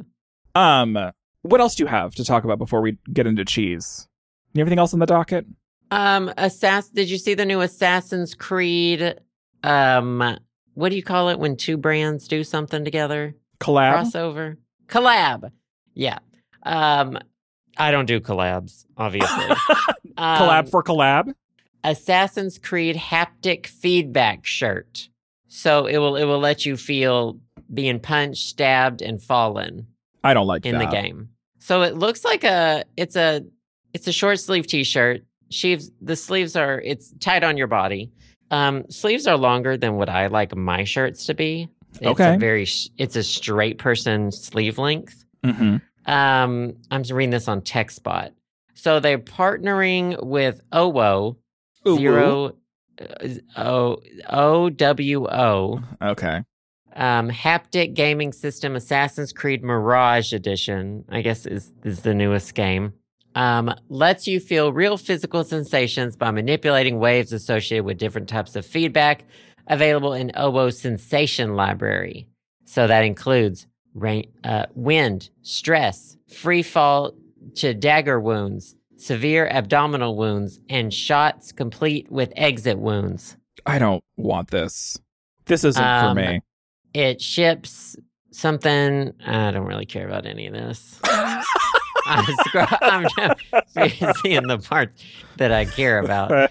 S2: Um, what else do you have to talk about before we get into cheese? You have Anything else on the docket?
S1: Um, Assass. Did you see the new Assassin's Creed? Um, what do you call it when two brands do something together?
S2: Collab?
S1: Crossover collab. Yeah. Um, I don't do collabs, obviously. um,
S2: (laughs) collab for collab?
S1: Assassin's Creed haptic feedback shirt. So it will it will let you feel being punched, stabbed, and fallen
S2: I don't like
S1: in
S2: that.
S1: the game. So it looks like a it's a it's a short sleeve t-shirt. Sheaves the sleeves are it's tied on your body. Um sleeves are longer than what I like my shirts to be. It's
S2: Okay.
S1: a very sh- it's a straight person sleeve length.
S2: Mm-hmm.
S1: Um I'm just reading this on TechSpot. So they're partnering with OWO zero uh, O O W O
S2: Okay.
S1: um, haptic gaming system Assassin's Creed Mirage Edition, I guess is, is the newest game, um, lets you feel real physical sensations by manipulating waves associated with different types of feedback available in Oboe's Sensation Library. So that includes rain, uh, wind, stress, free fall to dagger wounds, severe abdominal wounds, and shots complete with exit wounds.
S2: I don't want this. This isn't
S1: Um,
S2: for me.
S1: it ships something. I don't really care about any of this. I'm, scro- I'm just seeing the parts that I care about.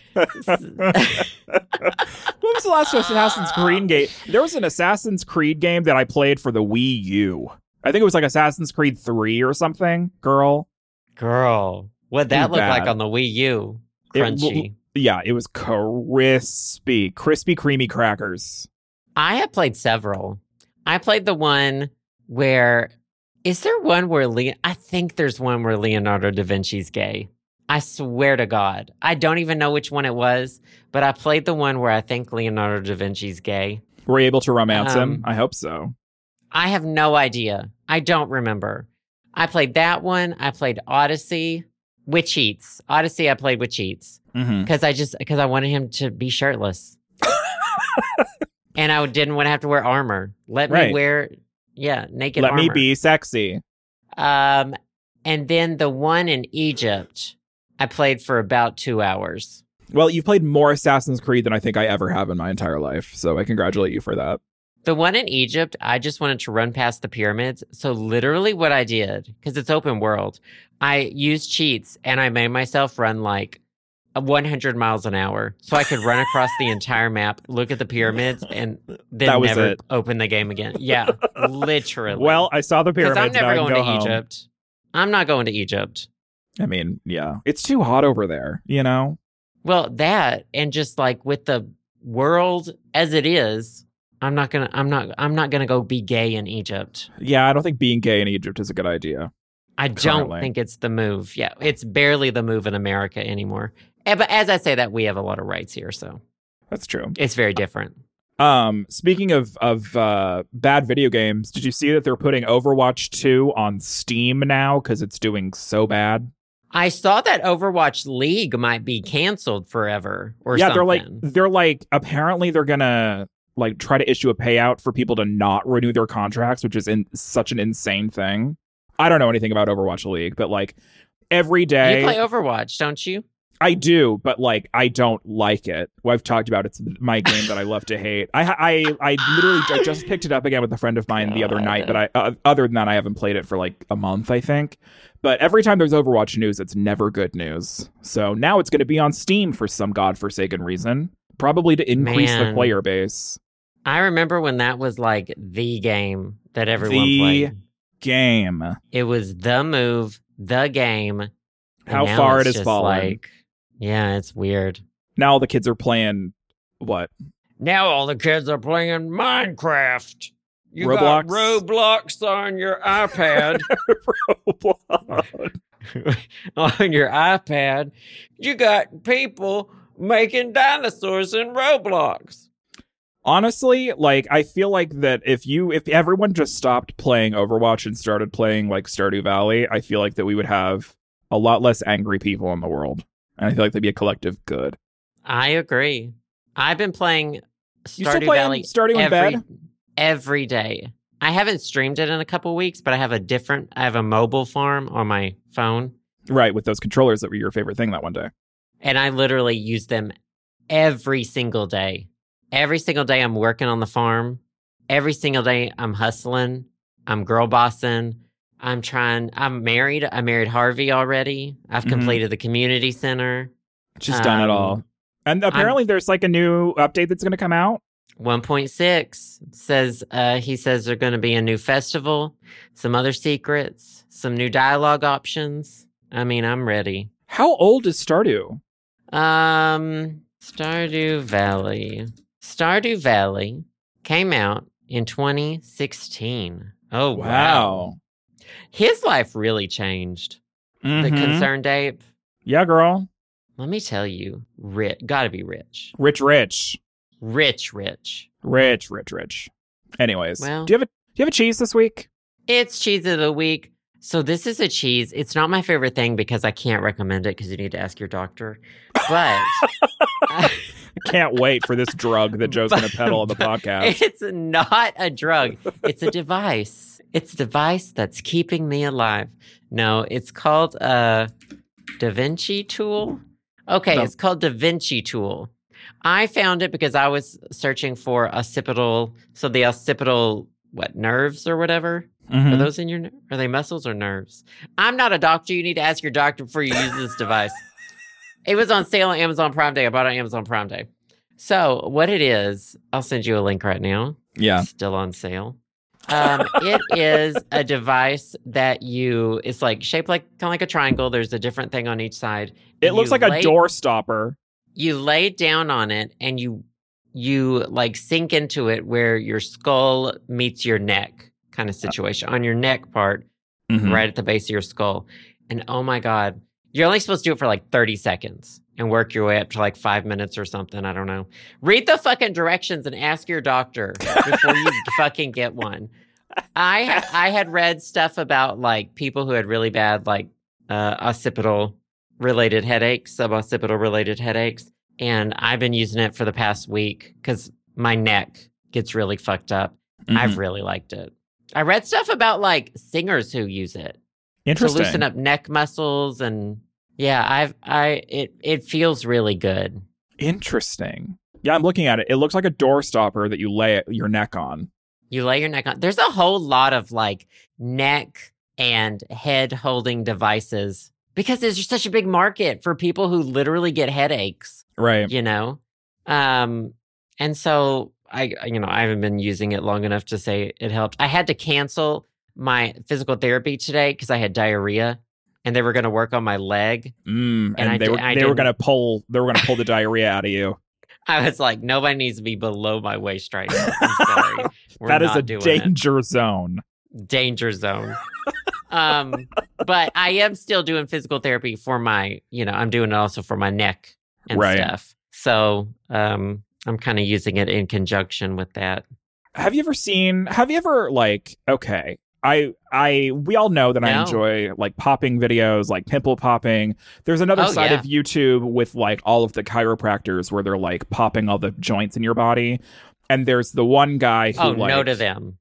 S2: When was the last Assassin's
S1: Ah.
S2: Creed game? There was an Assassin's Creed game that I played for the Wii U. I think it was like Assassin's Creed 3 or something, girl.
S1: Girl, what that
S2: Too
S1: look like
S2: bad.
S1: on the Wii U?
S2: It
S1: Crunchy.
S2: w- Yeah, it was crispy, crispy, creamy crackers.
S1: I have played several. I played the one where is there one where Le- I think there's one where Leonardo da Vinci's gay. I swear to God, I don't even know which one it was, but I played the one where I think Leonardo da Vinci's gay.
S2: Were you able to romance him?
S1: Um,
S2: I hope so.
S1: I have no idea. I don't remember. I played that one. I played Odyssey with cheats. Odyssey, I played with cheats
S2: Mm-hmm.
S1: because I just because I wanted him to be
S2: (laughs)
S1: shirtless, and I didn't want to have to wear armor. Let
S2: Right.
S1: me wear, yeah, naked.
S2: Let me
S1: armor.
S2: be sexy.
S1: Um, and then the one in Egypt, I played for about two hours.
S2: Well, you've played more Assassin's Creed than I think I ever have in my entire life, so I congratulate you for that.
S1: The one in Egypt, I just wanted to run past the pyramids. So literally what I did, because it's open world, I used cheats and I made myself run like 100 miles an hour so I could run across the entire map, look at the pyramids, and then
S2: (laughs) That was
S1: never
S2: it.
S1: open the game
S2: (laughs)
S1: again. Yeah, literally.
S2: Well, I saw the
S1: because
S2: pyramids.
S1: I'm
S2: now I
S1: never
S2: can
S1: going
S2: go
S1: to
S2: home.
S1: Egypt. I'm not going to Egypt.
S2: I mean, yeah, it's too hot over there. You know,
S1: Well, that and just like with the world as it is, I'm not gonna. I'm not. I'm not gonna go be gay in Egypt.
S2: yeah, I don't think being gay in Egypt is a good idea.
S1: I don't
S2: Currently.
S1: think it's the move. Yeah, it's barely the move in America anymore. Eh, But as I say that, we have a lot of rights here, so
S2: That's true.
S1: it's very different.
S2: Um, speaking of of uh, bad video games, did you see that they're putting Overwatch Two on Steam now because it's doing so bad?
S1: I saw that Overwatch League might be canceled forever or
S2: yeah,
S1: something.
S2: they're like they're like apparently they're gonna like try to issue a payout for people to not renew their contracts, which is in such an insane thing. I don't know anything about Overwatch League, but like every day
S1: you play Overwatch, don't you?
S2: I do, but like I don't like it. Well, I've talked about it. it's my game that I love to hate. I I I literally I just picked it up again with a friend of mine the other
S1: God.
S2: night, but I uh, other than that I haven't played it for like a month, I think. But every time there's Overwatch news, it's never good news. So now it's going to be on Steam for some godforsaken reason, probably to increase the
S1: Man.
S2: player base.
S1: I remember when that was like the game that everyone
S2: The-
S1: played.
S2: Game.
S1: It was the move, the game. and
S2: How
S1: now
S2: far
S1: it's
S2: it has
S1: just
S2: fallen.
S1: Like, yeah, it's weird.
S2: Now all the kids are playing what? (laughs)
S1: Now all the kids are playing Minecraft. You got Roblox on your iPad. (laughs)
S2: Roblox.
S1: on your iPad. You got people making dinosaurs in Roblox.
S2: Honestly, like I feel like that if you if everyone just stopped playing Overwatch and started playing like Stardew Valley, I feel like that we would have a lot less angry people in the world. And I feel like they'd be a collective good.
S1: I agree. I've been playing
S2: You still
S1: Stardew
S2: playing
S1: Valley
S2: Stardew in
S1: every,
S2: bed?
S1: every day. I haven't streamed it in a couple weeks, but I have a different. I have a mobile farm on my phone,
S2: Right, with those controllers that were your favorite thing that one day.
S1: and I literally use them every single day. Every single day, I'm working on the farm. Every single day, I'm hustling. I'm girl bossing. I'm trying. I'm married. I married Harvey already. I've
S2: Mhm.
S1: completed the community center.
S2: Just done it
S1: Um,
S2: all. And apparently there's like a new update that's gonna come out.
S1: 1.6 says uh, he says there's going to be a new festival, some other secrets, some new dialogue options. I mean, I'm ready.
S2: How old is Stardew?
S1: Um, Stardew Valley. Stardew Valley came out in 2016. Oh wow. His life really changed. The
S2: Mhm.
S1: concerned ape.
S2: yeah, girl.
S1: Let me tell you, rich, gotta be rich,
S2: Rich rich.
S1: rich, rich.
S2: Rich, rich, rich. Anyways,
S1: Well-
S2: do you have a do you have a cheese this week?
S1: It's cheese of the week. So this is a cheese. It's not my favorite thing because I can't recommend it because you need to ask your doctor. But
S2: I can't wait for this drug that Joe's going to peddle
S1: (laughs)
S2: on the podcast.
S1: it's not a drug. It's a device. It's a device that's keeping me alive. No, it's called a Da Vinci tool. Okay,
S2: No.
S1: it's called Da Vinci tool. I found it because I was searching for occipital. So the occipital what nerves or whatever.
S2: Hmm.
S1: Are those in your? ner- Are they muscles or nerves? I'm not a doctor. You need to ask your doctor before you use this device. It was on sale on Amazon Prime Day. I bought it on Amazon Prime Day. So what it is, I'll send you a link right now.
S2: Yeah.
S1: Still on sale. Um, it is a device that you. It's like shaped like kind of like a triangle. There's a different thing on each side.
S2: It looks
S1: You
S2: like
S1: lay-
S2: a door stopper.
S1: you lay down on it and you you like sink into it where your skull meets your neck kind of situation on your neck part
S2: Mm-hmm.
S1: right at the base of your skull and oh my god you're only supposed to do it for like 30 seconds and work your way up to like five minutes or something i don't know read the fucking directions and ask your doctor before you fucking get one i ha- i had read stuff about like people who had really bad like uh, occipital related headaches, suboccipital related headaches. And I've been using it for the past week because my neck gets really fucked up. I've really liked it. I read stuff about like singers who use it to
S2: Interesting.
S1: loosen up neck muscles and yeah, I've I it it feels really good.
S2: Interesting. Yeah, I'm looking at it. It looks like a door stopper that you lay your neck on.
S1: You lay your neck on. There's a whole lot of like neck and head holding devices because there's such a big market for people who literally get headaches
S2: Right.
S1: you know um and so i you know i haven't been using it long enough to say it helped i had to cancel my physical therapy today because i had diarrhea and they were going to work on my leg
S2: Mm, and,
S1: I
S2: they
S1: di-
S2: were
S1: I
S2: they were
S1: didn't-
S2: going to pull they were going to pull the diarrhea out of you.
S1: i was like nobody needs to be below my waist right now i'm
S2: (laughs)
S1: sorry we're
S2: that is
S1: not
S2: a
S1: doing
S2: danger zone.
S1: it. danger zone um but i am still doing physical therapy for my you know i'm doing it also for my neck and
S2: Right.
S1: stuff so um i'm kind of using it in conjunction with that
S2: Have you ever seen have you ever like okay, I I we all know that I
S1: No.
S2: enjoy like popping videos, like pimple popping. There's another
S1: Oh,
S2: side
S1: yeah.
S2: of YouTube with like all of the chiropractors where they're like popping all the joints in your body. And there's the one guy who
S1: Oh,
S2: like
S1: no to them.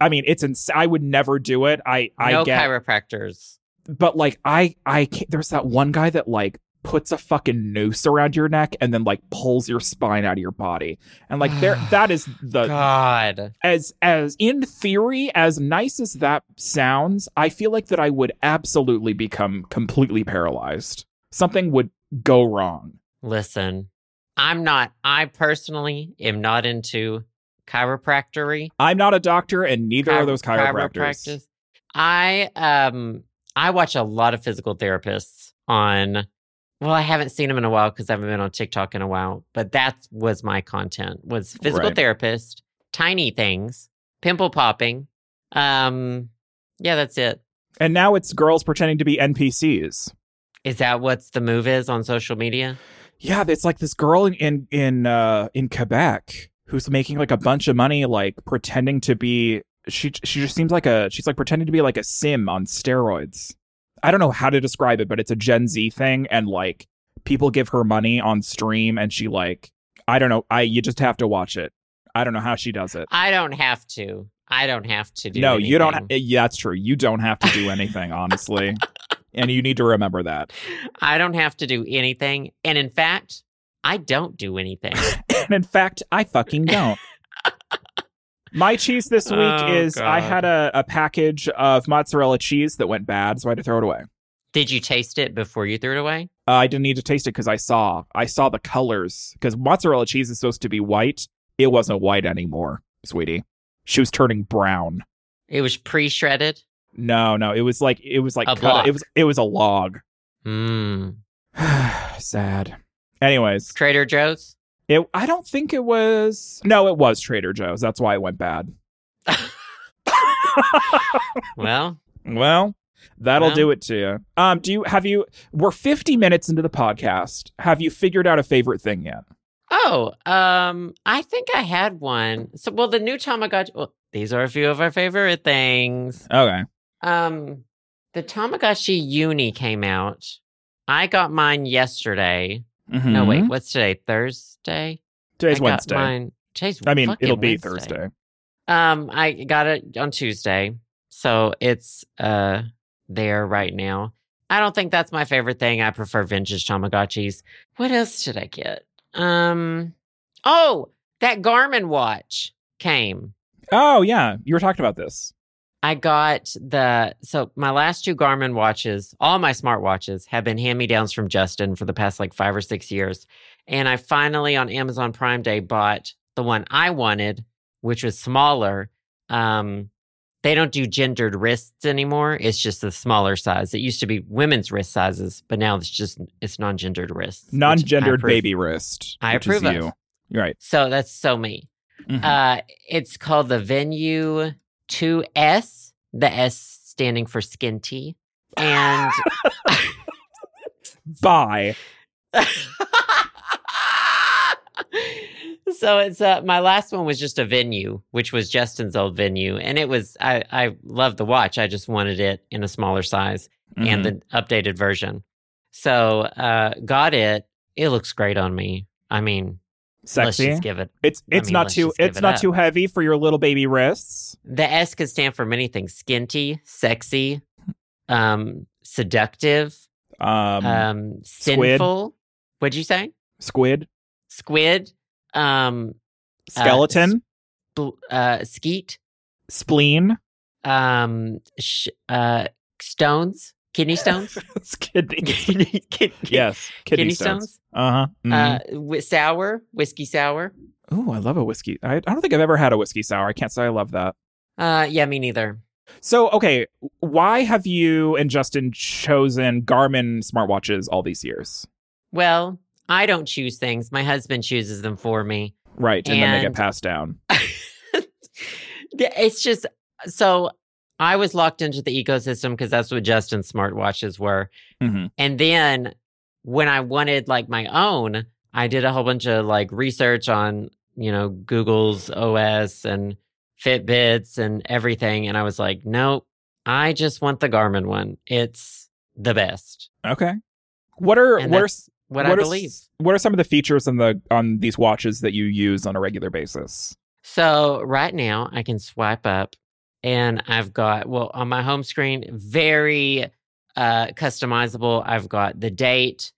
S2: I mean, it's ins- I would never do it. I I
S1: no
S2: get
S1: chiropractors.
S2: but like I I can't, there's that one guy that like puts a fucking noose around your neck and then like pulls your spine out of your body. And like
S1: (sighs)
S2: there that is the
S1: God.
S2: as as in theory as nice as that sounds i feel like that i would absolutely become completely paralyzed something would go wrong
S1: Listen, I'm not, I personally am not into chiropractory.
S2: I'm not a doctor, and neither are those
S1: Chiro-
S2: chiropractors.
S1: chiropractic. I um I watch a lot of physical therapists on well, I haven't seen them in a while because I haven't been on TikTok in a while, but that was my content was physical
S2: Right.
S1: therapist, tiny things, pimple popping. Um yeah, that's it.
S2: And now it's girls pretending to be NPCs.
S1: Is that what's the move is on social media?
S2: Yeah, it's like this girl in in in, uh, in Quebec who's making like a bunch of money, like pretending to be. She she just seems like a she's like pretending to be like a sim on steroids. I don't know how to describe it, but it's a Gen Z thing, and like people give her money on stream, and she like I don't know. I you just have to watch it. I don't know how she does it.
S1: I don't have to. I don't have to do
S2: no you don't ha-
S1: anything.
S2: yeah that's true you don't have to do anything
S1: (laughs)
S2: honestly and you need to remember that
S1: I don't have to do anything. And in fact, I don't do
S2: (laughs)
S1: anything.
S2: and in fact i
S1: (laughs)
S2: fucking don't my cheese this week
S1: Oh,
S2: is i
S1: God.
S2: had a, a package of mozzarella cheese that went bad so i had to throw it away
S1: Did you taste it before you threw it away?
S2: uh, i didn't need to taste it because i saw i saw the colors because mozzarella cheese is supposed to be white it wasn't white anymore sweetie she was turning brown
S1: It was pre-shredded.
S2: no no it was like it was like
S1: A
S2: cut-
S1: block.
S2: it was it was a log (sighs)
S1: Mm.
S2: sad anyways
S1: Trader Joe's.
S2: It, I don't think it was. No, it was Trader Joe's. That's why it went bad.
S1: Well,
S2: Well, that'll
S1: Well.
S2: do it to you. Um, do you have you? We're fifty minutes into the podcast. Have you figured out a favorite thing yet?
S1: oh, um, I think I had one. So, well, the new Tamagotchi. Well, these are a few of our favorite things.
S2: Okay.
S1: Um, the Tamagotchi Uni came out. I got mine yesterday. No,
S2: Hmm.
S1: wait, what's today? Thursday.
S2: Mm-hmm. Today's
S1: I got
S2: Wednesday.
S1: Mine. Today's
S2: I mean,
S1: fucking
S2: it'll be
S1: Wednesday.
S2: Thursday.
S1: Um, I got it on Tuesday, so it's uh there right now. I don't think that's my favorite thing. I prefer vintage Tamagotchis. What else did I get? Um, oh, that Garmin watch came.
S2: Oh yeah, you were talking about this.
S1: I got the so my last two Garmin watches, all my smartwatches have been hand me downs from Justin for the past like five or six years. And I finally on Amazon Prime Day bought the one I wanted, which was smaller. Um, they don't do gendered wrists anymore. It's just the smaller size. It used to be women's wrist sizes, but now it's just it's non-gendered wrists. which I
S2: Non-gendered
S1: approve.
S2: baby wrist.
S1: I
S2: which is
S1: approve of.
S2: you. You're right.
S1: So that's so me.
S2: Mhm.
S1: Uh, it's called the Venue 2S, the S standing for skinty. And
S2: Mm-hmm. Bye.
S1: so it's uh, my last one was just a venue, which was Justin's old venue. And it was, I, I loved the watch. I just wanted it in a smaller size
S2: Mm-hmm.
S1: and the updated version. So uh, got it. It looks great on me. I mean, let's
S2: sexy.
S1: just give it
S2: It's
S1: I
S2: it's
S1: mean,
S2: not
S1: let's
S2: too
S1: just give
S2: it's
S1: it
S2: not
S1: up.
S2: too heavy for your little baby wrists.
S1: The S could stand for many things: skinty, sexy, um, seductive,
S2: Um,
S1: um,
S2: squid.
S1: sinful. What'd you say?
S2: squid,
S1: Squid, um, uh,
S2: skeleton,
S1: bl- uh, skeet,
S2: spleen. (laughs)
S1: um, sh- uh, stones,
S2: (laughs)
S1: kidney stones, (laughs)
S2: It's kidney.
S1: kidney, kid-
S2: yes, kidney, stones. Uh-huh.
S1: Uh, wi- sour, whiskey sour.
S2: Ooh, I love a whiskey. I, I don't think I've ever had a whiskey sour. I can't say I love that.
S1: Uh, yeah, me neither.
S2: So, okay, why have you and Justin chosen Garmin smartwatches all these years?
S1: Well, I don't choose things; my husband chooses them for me.
S2: Right, and, then they get
S1: And-
S2: passed down.
S1: it's just so I was locked into the ecosystem because that's what Justin's smartwatches were.
S2: hmm
S1: And then when I wanted like my own, I did a whole bunch of like research on, you know, Google's OS and Fitbits and everything. And I was like, nope, I just want the Garmin one. It's the best.
S2: Okay. What are
S1: And
S2: what are
S1: that's what, I
S2: are s-
S1: believe.
S2: What are some of the features on the on these watches that you use on a regular basis?
S1: So right now I can swipe up and I've got, well, on my home screen, very uh, customizable. I've got the date,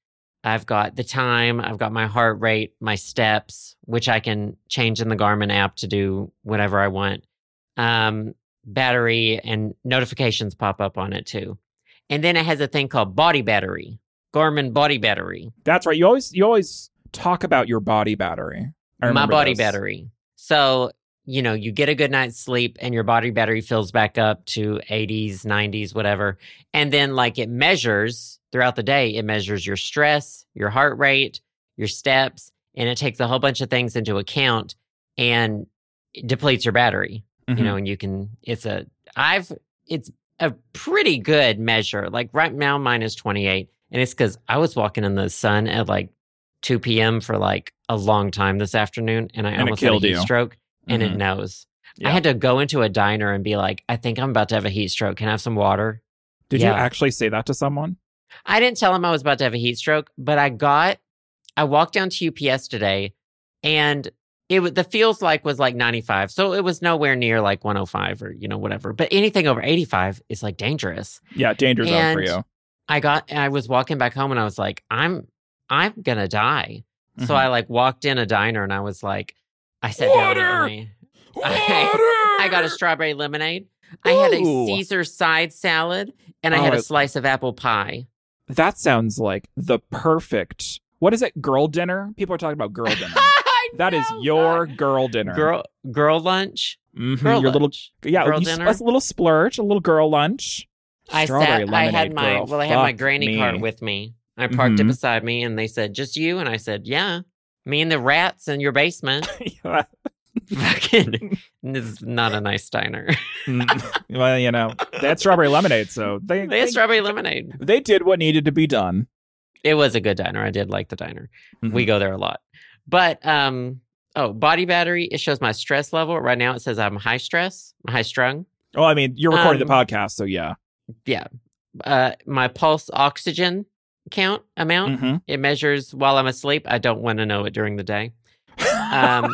S1: I've got the time, I've got my heart rate, my steps, which I can change in the Garmin app to do whatever I want. Um, battery and notifications pop up on it too. And then it has a thing called body battery, Garmin body battery.
S2: That's right. You always you always talk about your body battery. I
S1: my
S2: remember
S1: body
S2: this.
S1: battery. So you know, you get a good night's sleep and your body battery fills back up to 80s, 90s, whatever. And then, like, it measures throughout the day, it measures your stress, your heart rate, your steps, and it takes a whole bunch of things into account and it depletes your battery,
S2: Mm-hmm,
S1: you know, and you can, it's a, I've, it's a pretty good measure. Like, right now, mine is 28. And it's because I was walking in the sun at like 2 p.m. for like a long time this afternoon and I
S2: And it
S1: almost had a
S2: killed
S1: heat
S2: you.
S1: stroke and
S2: Mhm.
S1: it knows.
S2: Yeah.
S1: I had to go into a diner and be like, I think I'm about to have a heat stroke. Can I have some water?
S2: Did you
S1: Yeah.
S2: actually say that to someone?
S1: I didn't tell him I was about to have a heat stroke, but I got, I walked down to UPS today and it was, the feels like was like 95. So it was nowhere near like 105 or, you know, whatever. But anything over 85 is like dangerous.
S2: Yeah, danger zone for
S1: And-
S2: you.
S1: I got I was walking back home and I was like, I'm I'm gonna die.
S2: Mhm.
S1: So I like walked in a diner and I was like, I said
S2: Water!
S1: I- I (laughs) got a strawberry lemonade. I had a
S2: Ooh.
S1: Caesar side salad and I
S2: Oh,
S1: had
S2: I-
S1: a slice of apple
S2: (laughs)
S1: pie.
S2: That sounds like the perfect. What is it? Girl dinner? People are talking
S1: (laughs)
S2: about girl dinner. That is your girl dinner.
S1: girl girl lunch.
S2: Mhm,
S1: Girl
S2: your little
S1: lunch.
S2: yeah,
S1: girl
S2: you s-
S1: dinner.
S2: a little splurge, a little girl lunch.
S1: I
S2: Strawberry
S1: sat. I had
S2: lemonade,
S1: my
S2: girl.
S1: well. I had my
S2: Fuck
S1: granny
S2: me.
S1: cart with me. I parked
S2: Mhm.
S1: it beside me, and they said, "Just you?" And I said, "Yeah." Me and the rats in your
S2: (laughs)
S1: basement.
S2: Yeah.
S1: (laughs) Fucking, this is not a nice
S2: (laughs)
S1: diner.
S2: Mm, well, you know, they had strawberry lemonade,
S1: (laughs)
S2: so they
S1: they had
S2: they,
S1: strawberry lemonade.
S2: they did what needed to be done.
S1: It was a good diner. I did like the diner.
S2: Mhm.
S1: We go there a lot. But um, oh, body battery. It shows my stress level right now. It says I'm high stress, high strung.
S2: Well, I mean, you're recording the
S1: Um,
S2: podcast, so yeah.
S1: Uh, my pulse oxygen count amount.
S2: Mhm.
S1: It measures while I'm asleep. I don't want to know it during the day.
S2: (laughs)
S1: Um,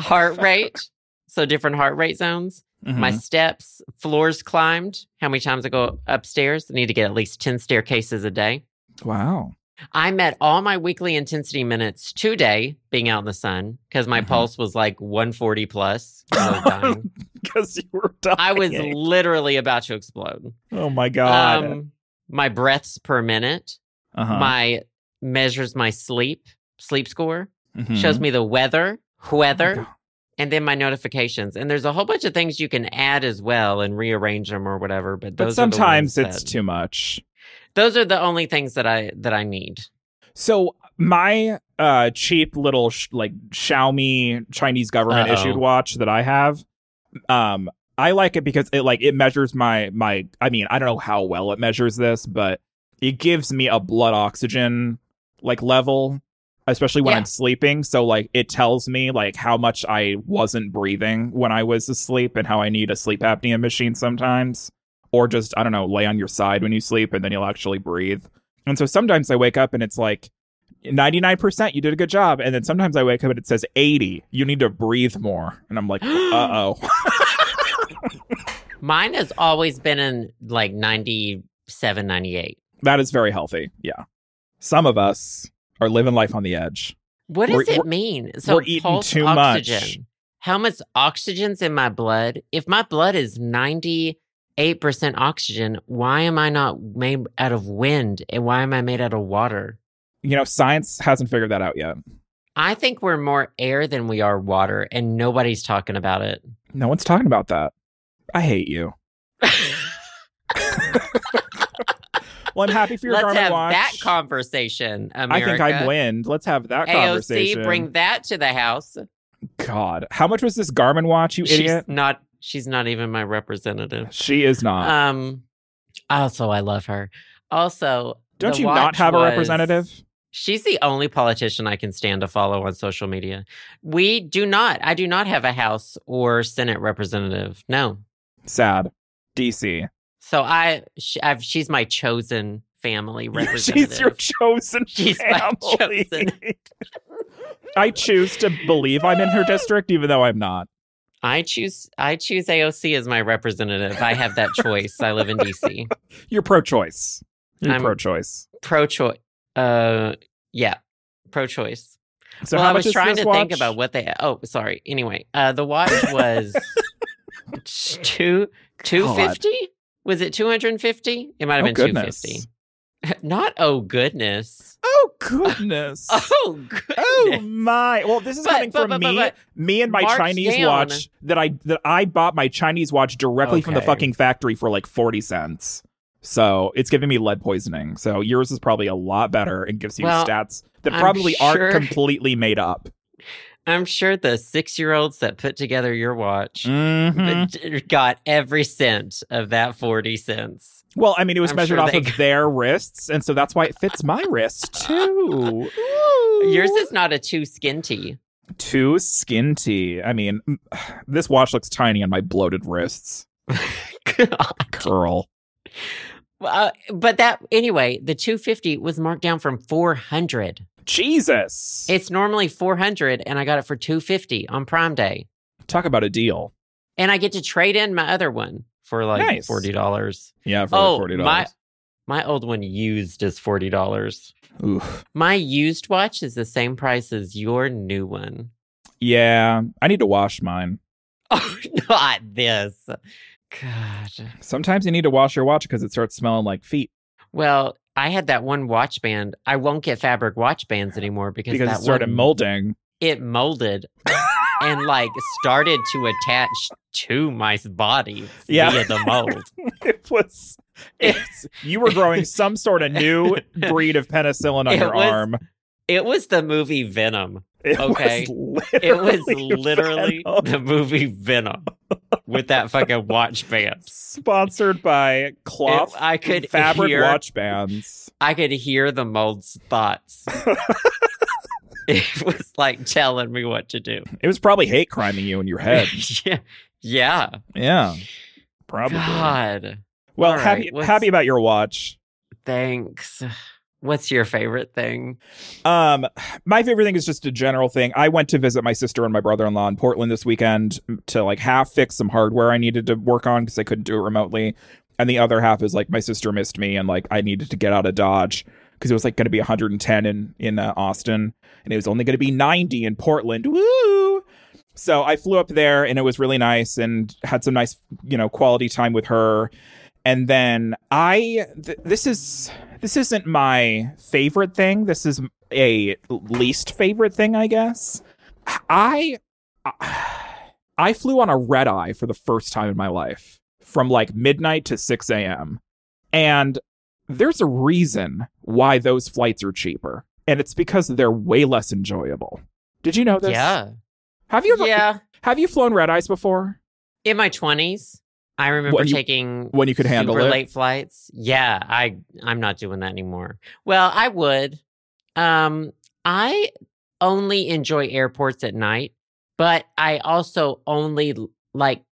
S1: heart rate. So different heart rate zones.
S2: Mhm.
S1: My steps, floors climbed. How many times I go upstairs? I need to get at least ten staircases a day.
S2: wow. (laughs)
S1: I met all my weekly intensity minutes today being out in the sun because my
S2: Mhm.
S1: pulse was like 140 plus. I was, dying.
S2: Because you were dying.
S1: I was literally about to explode.
S2: Oh my god.
S1: Um, my breaths per minute,
S2: uh-huh.
S1: my measures my sleep, sleep score,
S2: Mhm.
S1: shows me the weather,
S2: Oh my
S1: weather,
S2: God.
S1: and then my notifications. And there's a whole bunch of things you can add as well and rearrange them or whatever. But
S2: But
S1: those
S2: sometimes
S1: are the ones
S2: it's
S1: that-
S2: too much.
S1: Those are the only things that I that I need.
S2: So my uh cheap little sh- like Xiaomi Chinese government
S1: Uh-oh.
S2: issued watch that I have um I like it because it like it measures my my I mean I don't know how well it measures this but it gives me a blood oxygen like level especially when
S1: Yeah.
S2: I'm sleeping so like it tells me like how much I wasn't breathing when I was asleep and how I need a sleep apnea machine sometimes or just I don't know lay on your side when you sleep and then you'll actually breathe and so sometimes I wake up and it's like 99% you did a good job and then sometimes I wake up and it says 80 you need to breathe more and
S1: (gasps)
S2: I'm like uh-oh
S1: Mine has always been in like 97, 98.
S2: That is very healthy. Yeah. Some of us are living life on the edge.
S1: What does
S2: We're- e-,
S1: it
S2: we're-
S1: mean? So
S2: we're eating
S1: pulse
S2: too much.
S1: oxygen. How much oxygen's in my blood? If my blood is 98% oxygen, why am I not made out of wind? And why am I made out of water?
S2: You know, science hasn't figured that out yet.
S1: I think we're more air than we are water, and nobody's talking about it.
S2: No one's talking about that. I hate
S1: (laughs)
S2: you. Well, I'm happy for your
S1: Let's
S2: Garmin
S1: have
S2: watch.
S1: that conversation,
S2: I
S1: America.
S2: think I win. Let's have that conversation.
S1: AOC, bring that to the house.
S2: God, how much was this Garmin watch, you idiot?
S1: She's not. She's not even my representative.
S2: She is not.
S1: Um. Also, I love her. Also,
S2: Don't
S1: the
S2: you not
S1: watch
S2: have a
S1: was-
S2: representative?
S1: She's the only politician I can stand to follow on social media. We do not. I do not have a House or Senate representative. No.
S2: Sad. DC.
S1: So I, sh- I've, she's my chosen family representative.
S2: (laughs) She's your chosen
S1: She's my
S2: family.
S1: chosen.
S2: I choose to believe I'm in her district, even though I'm not.
S1: I choose. I choose AOC as my representative. I have that choice. I live in
S2: (laughs)
S1: DC.
S2: You're pro-choice. You're
S1: I'm-
S2: pro-choice.
S1: Pro-choice. Uh, yeah. Pro-choice.
S2: So
S1: well,
S2: how
S1: I
S2: much
S1: was
S2: is
S1: trying
S2: this
S1: to think
S2: watch?
S1: about what they. Oh, sorry. Anyway, uh, the watch
S2: (laughs)
S1: was two two fifty. Was it two hundred and fifty? It might have
S2: Oh,
S1: been two
S2: goodness.
S1: fifty. (laughs) Not oh goodness.
S2: Oh
S1: (laughs)
S2: goodness.
S1: Oh goodness.
S2: Oh my! Well, this is
S1: But-
S2: coming
S1: but-
S2: from
S1: but- but-
S2: me.
S1: but-
S2: me and my
S1: Marked
S2: Chinese
S1: down.
S2: watch that I that I bought my Chinese watch directly from the
S1: Okay.
S2: fucking factory for like forty cents. So it's giving me lead poisoning. So yours is probably a lot better and gives you
S1: Well,
S2: stats that
S1: I'm
S2: probably
S1: sure-
S2: aren't completely
S1: (laughs)
S2: made up.
S1: I'm sure the six year olds that put together your watch
S2: Mhm.
S1: got every cent of that 40 cents.
S2: Well, I mean, it was
S1: I'm
S2: measured
S1: sure
S2: off
S1: they
S2: of
S1: got-
S2: their wrists, and so that's why it fits my wrist too. Ooh.
S1: (laughs) Yours is not a too skinty. (laughs)
S2: too skinty. I mean, (sighs) m- this watch looks tiny on my bloated wrists. Curl.
S1: uh, but that, anyway, the 250 was marked down from 400.
S2: Jesus.
S1: It's normally 400, and I got it for 250 on Prime Day.
S2: Talk about a deal.
S1: And I get to trade in my other one for like
S2: Nice.
S1: $40.
S2: Yeah, for
S1: Oh,
S2: like forty
S1: my-
S2: dollars.
S1: My old one used is $40.
S2: Oof.
S1: My used watch is the same price as your new one. (laughs)
S2: Yeah, I need to wash mine.
S1: Oh, not this. God.
S2: Sometimes you need to wash your watch because it starts smelling like feet
S1: Well, I had that one watch band. I won't get fabric watch bands anymore because,
S2: Uh, because
S1: that
S2: it started
S1: one,
S2: (laughs) molding.
S1: It molded and like started to attach to my body
S2: Yeah.
S1: via the
S2: (laughs)
S1: mold.
S2: It was. It's, you
S1: (laughs)
S2: were growing some sort of new breed of penicillin on
S1: It
S2: your
S1: was-
S2: arm. (laughs)
S1: It was the movie Venom.
S2: It
S1: okay.
S2: Was
S1: It was
S2: literally
S1: (laughs)
S2: (laughs)
S1: literally
S2: Venom.
S1: the movie Venom with that fucking watch band.
S2: sponsored by cloth.
S1: It- I could
S2: fabric
S1: hear-
S2: watch bands.
S1: I could hear the mold's
S2: (laughs)
S1: thoughts. it was like telling me what to do.
S2: It was probably hate criming you in
S1: (laughs)
S2: your head.
S1: yeah. Yeah.
S2: yeah, probably.
S1: God.
S2: Well,
S1: All right,
S2: happy
S1: what's-
S2: happy about your watch.
S1: Thanks. What's your favorite thing?
S2: Um, my favorite thing is just a general thing. I went to visit my sister and my brother in law in Portland this weekend to like half fix some hardware I needed to work on because I couldn't do it remotely, and the other half is like my sister missed me and like I needed to get out of Dodge because it was like going to be 110 in in uh, Austin and it was only going to be 90 in Portland. Woo! So I flew up there and it was really nice and had some nice you know quality time with her. And then I th- this is this isn't my favorite thing. This is a least favorite thing, I guess. I I flew on a red eye for the first time in my life from like midnight to 6 a.m. And there's a reason why those flights are cheaper, and it's because they're way less enjoyable. Did you know this?
S1: yeah.
S2: Have Oh, you ever,
S1: yeah.
S2: have you flown red eyes before?
S1: In my 20s, I remember
S2: What you-
S1: taking
S2: When you could handle
S1: super
S2: it.
S1: late flights. Yeah, I I'm not doing that anymore. Well, I would. Um I only enjoy airports at night, but I also only l- like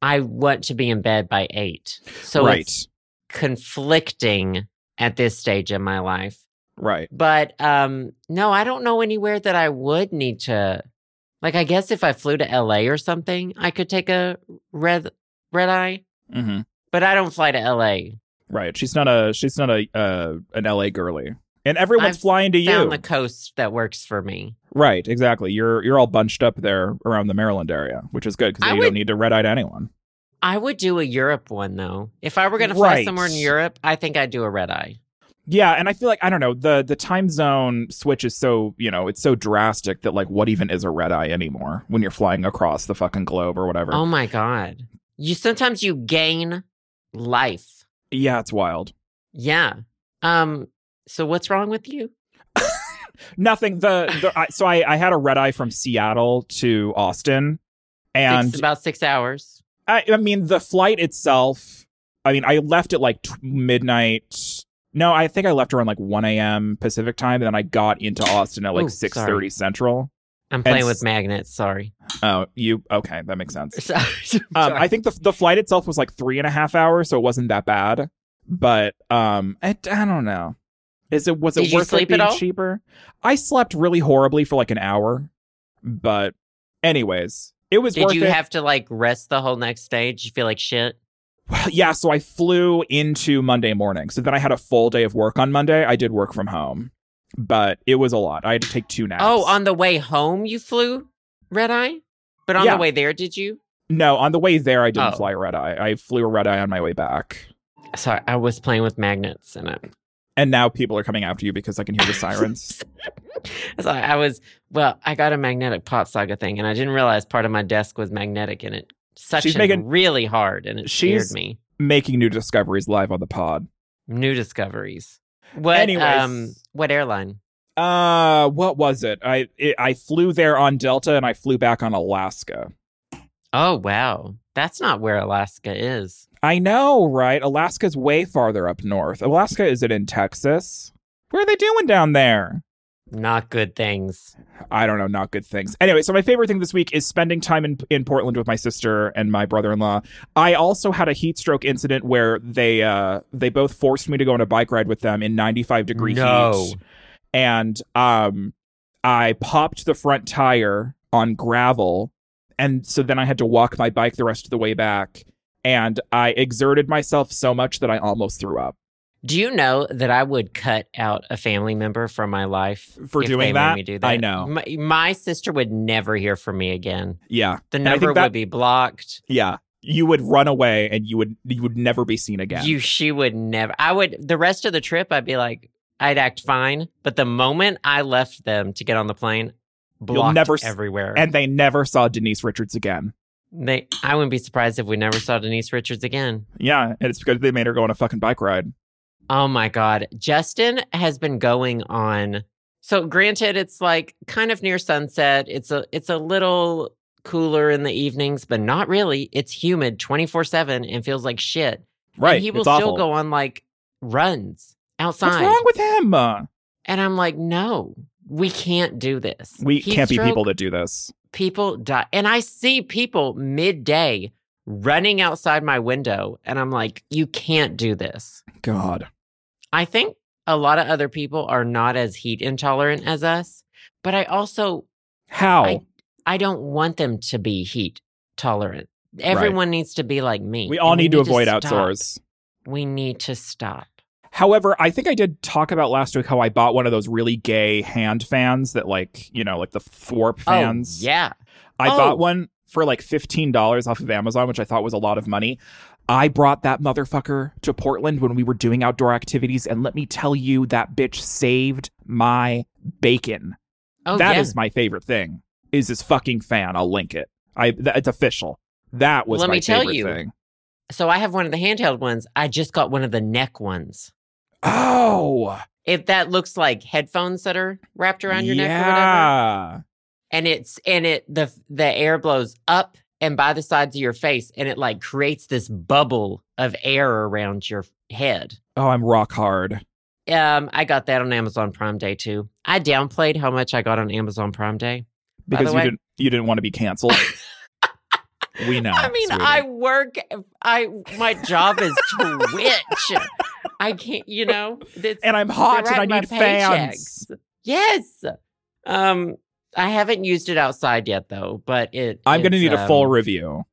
S1: I want to be in bed by 8. So
S2: right.
S1: it's conflicting at this stage in my life.
S2: Right.
S1: But um no, I don't know anywhere that I would need to like I guess if I flew to LA or something, I could take a red red eye,
S2: Mm-hmm.
S1: but I don't fly to LA.
S2: Right. She's not a she's not a uh, an LA girly. And everyone's
S1: I've
S2: flying to you.
S1: found the coast that works for me.
S2: Right, exactly. You're you're all bunched up there around the Maryland area, which is good because
S1: I
S2: you
S1: would-
S2: don't need to red eye to anyone.
S1: I would do a Europe one though. If I were going to fly
S2: Right.
S1: somewhere in Europe, I think I'd do a red eye.
S2: Yeah, and I feel like I don't know the the time zone switch is so you know it's so drastic that like what even is a red eye anymore when you're flying across the fucking globe or whatever.
S1: Oh my god! You sometimes you gain life.
S2: yeah, it's wild.
S1: Yeah. Um. So what's wrong with you?
S2: Nothing. The, the I, so I I had a red eye from Seattle to Austin, and
S1: Takes about six hours.
S2: I, I mean, the flight itself. I mean, I left at like t- midnight. No, I think I left around like 1 a.m. Pacific time, and then I got into Austin at like
S1: Ooh,
S2: 6:30
S1: sorry.
S2: Central.
S1: I'm playing
S2: s-
S1: with magnets. Sorry. (laughs)
S2: Oh, you okay? That makes sense.
S1: Sorry.
S2: Um, I think the the flight itself was like three and a half hours, so it wasn't that bad. But um, I, I don't know. Is it was it
S1: Did you
S2: worth
S1: sleep at
S2: it being
S1: all?
S2: cheaper? I slept really horribly for like an hour, but anyways, it was
S1: Did
S2: worth
S1: you
S2: it.
S1: have to like rest the whole next day? Did you feel like shit?
S2: (sighs) yeah, so I flew into Monday morning. So then I had a full day of work on Monday. I did work from home, but it was a lot. I had to take two naps.
S1: Oh, on the way home you flew red eye, but on
S2: Yeah.
S1: the way there did you?
S2: no, on the way there, I didn't
S1: Oh.
S2: fly red eye. I flew a red eye on my way back.
S1: (laughs) Sorry, I was playing with magnets and uh, I
S2: And now people are coming after you because I can
S1: (laughs)
S2: hear the sirens.
S1: So I was well, I got a magnetic pop saga thing, and I didn't realize part of my desk was magnetic in it. Such
S2: She's
S1: She's
S2: making-
S1: really hard, and it
S2: She's-
S1: scared me.
S2: Making new discoveries live on the pod.
S1: New discoveries. What?
S2: Anyways.
S1: Um, what airline?
S2: Uh, what was it? I it, I flew there on Delta and I flew back on Alaska.
S1: Oh wow, that's not where Alaska is.
S2: I know, right? Alaska's way farther up north. Alaska is it in Texas? What are they doing down there?
S1: Not good things.
S2: I don't know, not good things. Anyway, so my favorite thing this week is spending time in, in Portland with my sister and my brother-in-law. I also had a heat stroke incident where they uh they both forced me to go on a bike ride with them in 95 degree
S1: no.
S2: heat. And um I popped the front tire on gravel and so then I had to walk my bike the rest of the way back and I exerted myself so much that I almost threw up
S1: Do you know that I would cut out a family member from my life
S2: for
S1: if they
S2: doing
S1: made
S2: that.
S1: me do
S2: I know.
S1: My, my sister would never hear from me again.
S2: Yeah.
S1: The
S2: I think
S1: number
S2: that-
S1: would be blocked.
S2: Yeah. You would run away and you would you would never be seen again.
S1: You, she would never. I would. The rest of the trip, I'd be like, I'd act fine. But the moment I left them to get on the plane, blocked
S2: never s-
S1: everywhere.
S2: and they never saw Denise Richards again.
S1: they, I wouldn't be surprised if we never saw Denise Richards again.
S2: Yeah, and it's because they made her go on a fucking bike ride.
S1: Oh my God. Justin has been going on. So granted, it's like kind of near sunset. It's a it's a little cooler in the evenings, but not really. It's humid 24-7 and feels like shit.
S2: Right.
S1: And he will
S2: it's
S1: still
S2: awful.
S1: go on like runs
S2: What's
S1: outside.
S2: wrong with him? Uh,
S1: And I'm like, no, we can't do this.
S2: We
S1: Heat
S2: can't
S1: stroke,
S2: be people that do this.
S1: people die. And I see people midday running outside my window. And I'm like, you can't do this.
S2: God.
S1: I think a lot of other people are not as heat intolerant as us, but I also
S2: How?
S1: I- I don't want them to be heat tolerant. Everyone needs to be like me.
S2: we all
S1: and
S2: need, to avoid
S1: stop.
S2: outdoors.
S1: We need to stop.
S2: However, I think I did talk about last week how I bought one of those really gay hand fans that like, you know, like the thwarp fans.
S1: Oh, yeah.
S2: I
S1: Oh.
S2: bought one for like $15 off of Amazon, which I thought was a lot of money. I brought that motherfucker to Portland when we were doing outdoor activities. And let me tell you, that bitch saved my bacon. That
S1: Oh,
S2: is
S1: yeah.
S2: my favorite thing, is this fucking fan. I'll link it. I th- It's official. That was
S1: Let
S2: my
S1: me tell
S2: favorite
S1: you.
S2: thing.
S1: So I have one of the handheld ones. I just got one of the neck ones.
S2: Oh,
S1: If that looks like headphones that are wrapped around your neck or whatever.
S2: yeah.
S1: and it's and it the the air blows up and by the sides of your face and it like creates this bubble of air around your head
S2: Oh, I'm rock hard.
S1: um i got that on amazon prime day too i downplayed how much i got on amazon prime day By the
S2: Because you
S1: way-
S2: didn't you didn't want to
S1: (laughs)
S2: be canceled. we know.
S1: i mean
S2: sweetie.
S1: i work i my job is twitch i can't you know it's,
S2: and I'm hot
S1: They're
S2: and I
S1: at
S2: need
S1: my
S2: fans.
S1: yes um i haven't used it outside yet though but it
S2: I'm gonna
S1: it's,
S2: need a
S1: um,
S2: full review.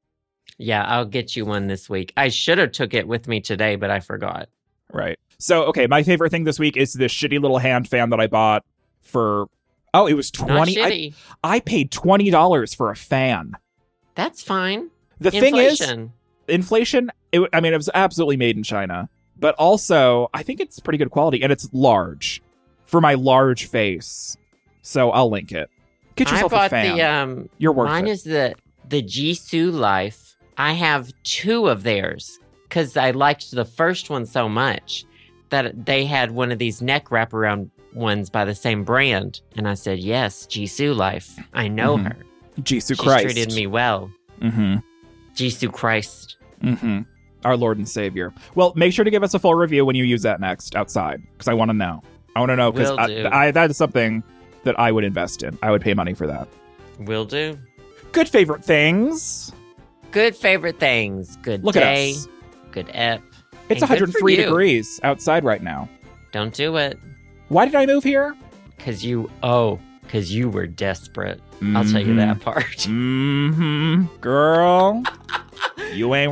S1: Yeah, I'll get you one this week. I should have took it with me today, but I forgot.
S2: Right. So okay, my favorite thing this week is this shitty little hand fan that I bought for oh, it was
S1: Not
S2: twenty. I,
S1: shitty.
S2: I paid twenty dollars for a fan.
S1: That's fine.
S2: The thing is,
S1: Inflation.
S2: inflation. It, I mean, it was absolutely made in China, but also I think it's pretty good quality and it's large for my large face. So I'll link it. Get
S1: I
S2: yourself a
S1: bought
S2: fan.
S1: the um
S2: You're worth
S1: mine
S2: it.
S1: is the the Jisoo Life. I have two of theirs cuz I liked the first one so much that they had one of these neck wraparound ones by the same brand and I said, "Yes, Jisoo Life. I know
S2: Mhm.
S1: her.
S2: Jesus
S1: She's
S2: Christ.
S1: treated me well."
S2: Mm-hmm.
S1: Jisoo Christ.
S2: Mm-hmm. Our Lord and Savior. Well, make sure to give us a full review when you use that next outside, because I want to know. I want to know because
S1: Will do.
S2: I, I, that is something that I would invest in. I would pay money for that.
S1: Will do.
S2: Good favorite things.
S1: Good favorite things. Good
S2: Look
S1: day.
S2: at us.
S1: Good ep.
S2: It's
S1: And good for
S2: 103
S1: you.
S2: degrees outside right now.
S1: Don't do it.
S2: Why did I move here?
S1: Cause you oh, cause you were desperate. I'll tell you that part.
S2: Mm-hmm. Girl, you ain't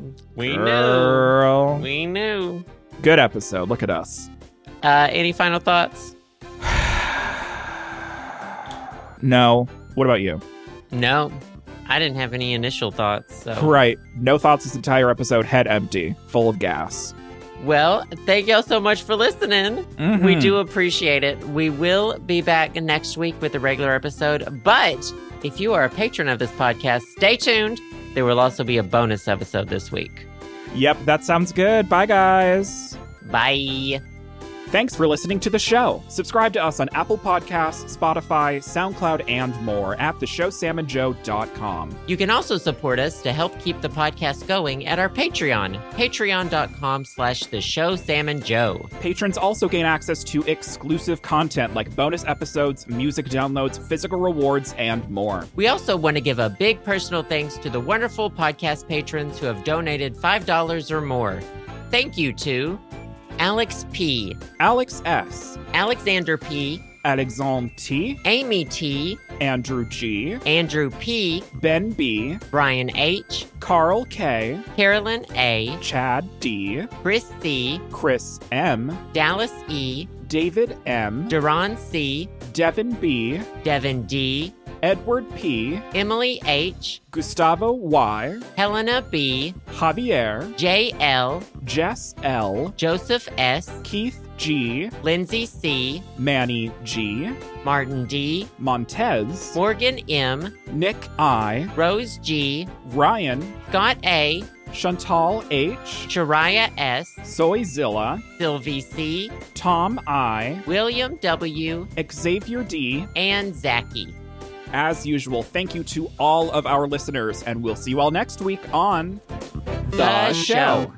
S1: (laughs) Girl, we
S2: Girl.
S1: knew. We knew.
S2: Good episode. Look at us.
S1: Uh, any final thoughts?
S2: No. What about you?
S1: No. I didn't have any initial thoughts. So
S2: Right. No thoughts this entire episode. Head empty. Full of gas.
S1: Well, thank y'all so much for listening. We
S2: Mhm.
S1: do appreciate it. We will be back next week with a regular episode. But if you are a patron of this podcast, stay tuned. There will also be a bonus episode this week.
S2: Yep, that sounds good. Bye, guys.
S1: Bye.
S2: Thanks for listening to the show. Subscribe to us on Apple Podcasts, Spotify, SoundCloud, and more at theshowsamandjoe.com.
S1: You can also support us to help keep the podcast going at our Patreon, patreon.com slash the show Sam and Joe.
S2: Patrons also gain access to exclusive content like bonus episodes, music downloads, physical rewards, and more.
S1: We also want to give a big personal thanks to the wonderful podcast patrons who have donated $5 or more. Thank you to Alex P.,
S2: Alex S.,
S1: Alexander P.,
S2: Alexandre T.,
S1: Amy T.,
S2: Andrew G.,
S1: Andrew P.,
S2: Ben B.,
S1: Brian H.,
S2: Carl K.,
S1: Carolyn A.,
S2: Chad D.,
S1: Chris C.,
S2: Chris M.,
S1: Dallas E.,
S2: David M.,
S1: Duran C.,
S2: Devin B.,
S1: Devin D.,
S2: Edward P.,
S1: Emily H.,
S2: Gustavo Y.,
S1: Helena B.,
S2: Javier,
S1: JL,
S2: Jess L.,
S1: Joseph S.,
S2: Keith G.,
S1: Lindsay C.,
S2: Manny G.,
S1: Martin D.,
S2: Montez,
S1: Morgan M.,
S2: Nick I,
S1: Rose G.,
S2: Ryan,
S1: Scott A.,
S2: Chantal H,
S1: Shariah S.,
S2: Soyzilla,
S1: Sylvie C.,
S2: Tom I,
S1: William W.,
S2: Xavier D.
S1: and Zachy.
S2: As usual, thank you to all of our listeners, and we'll see you all next week on
S1: The Show.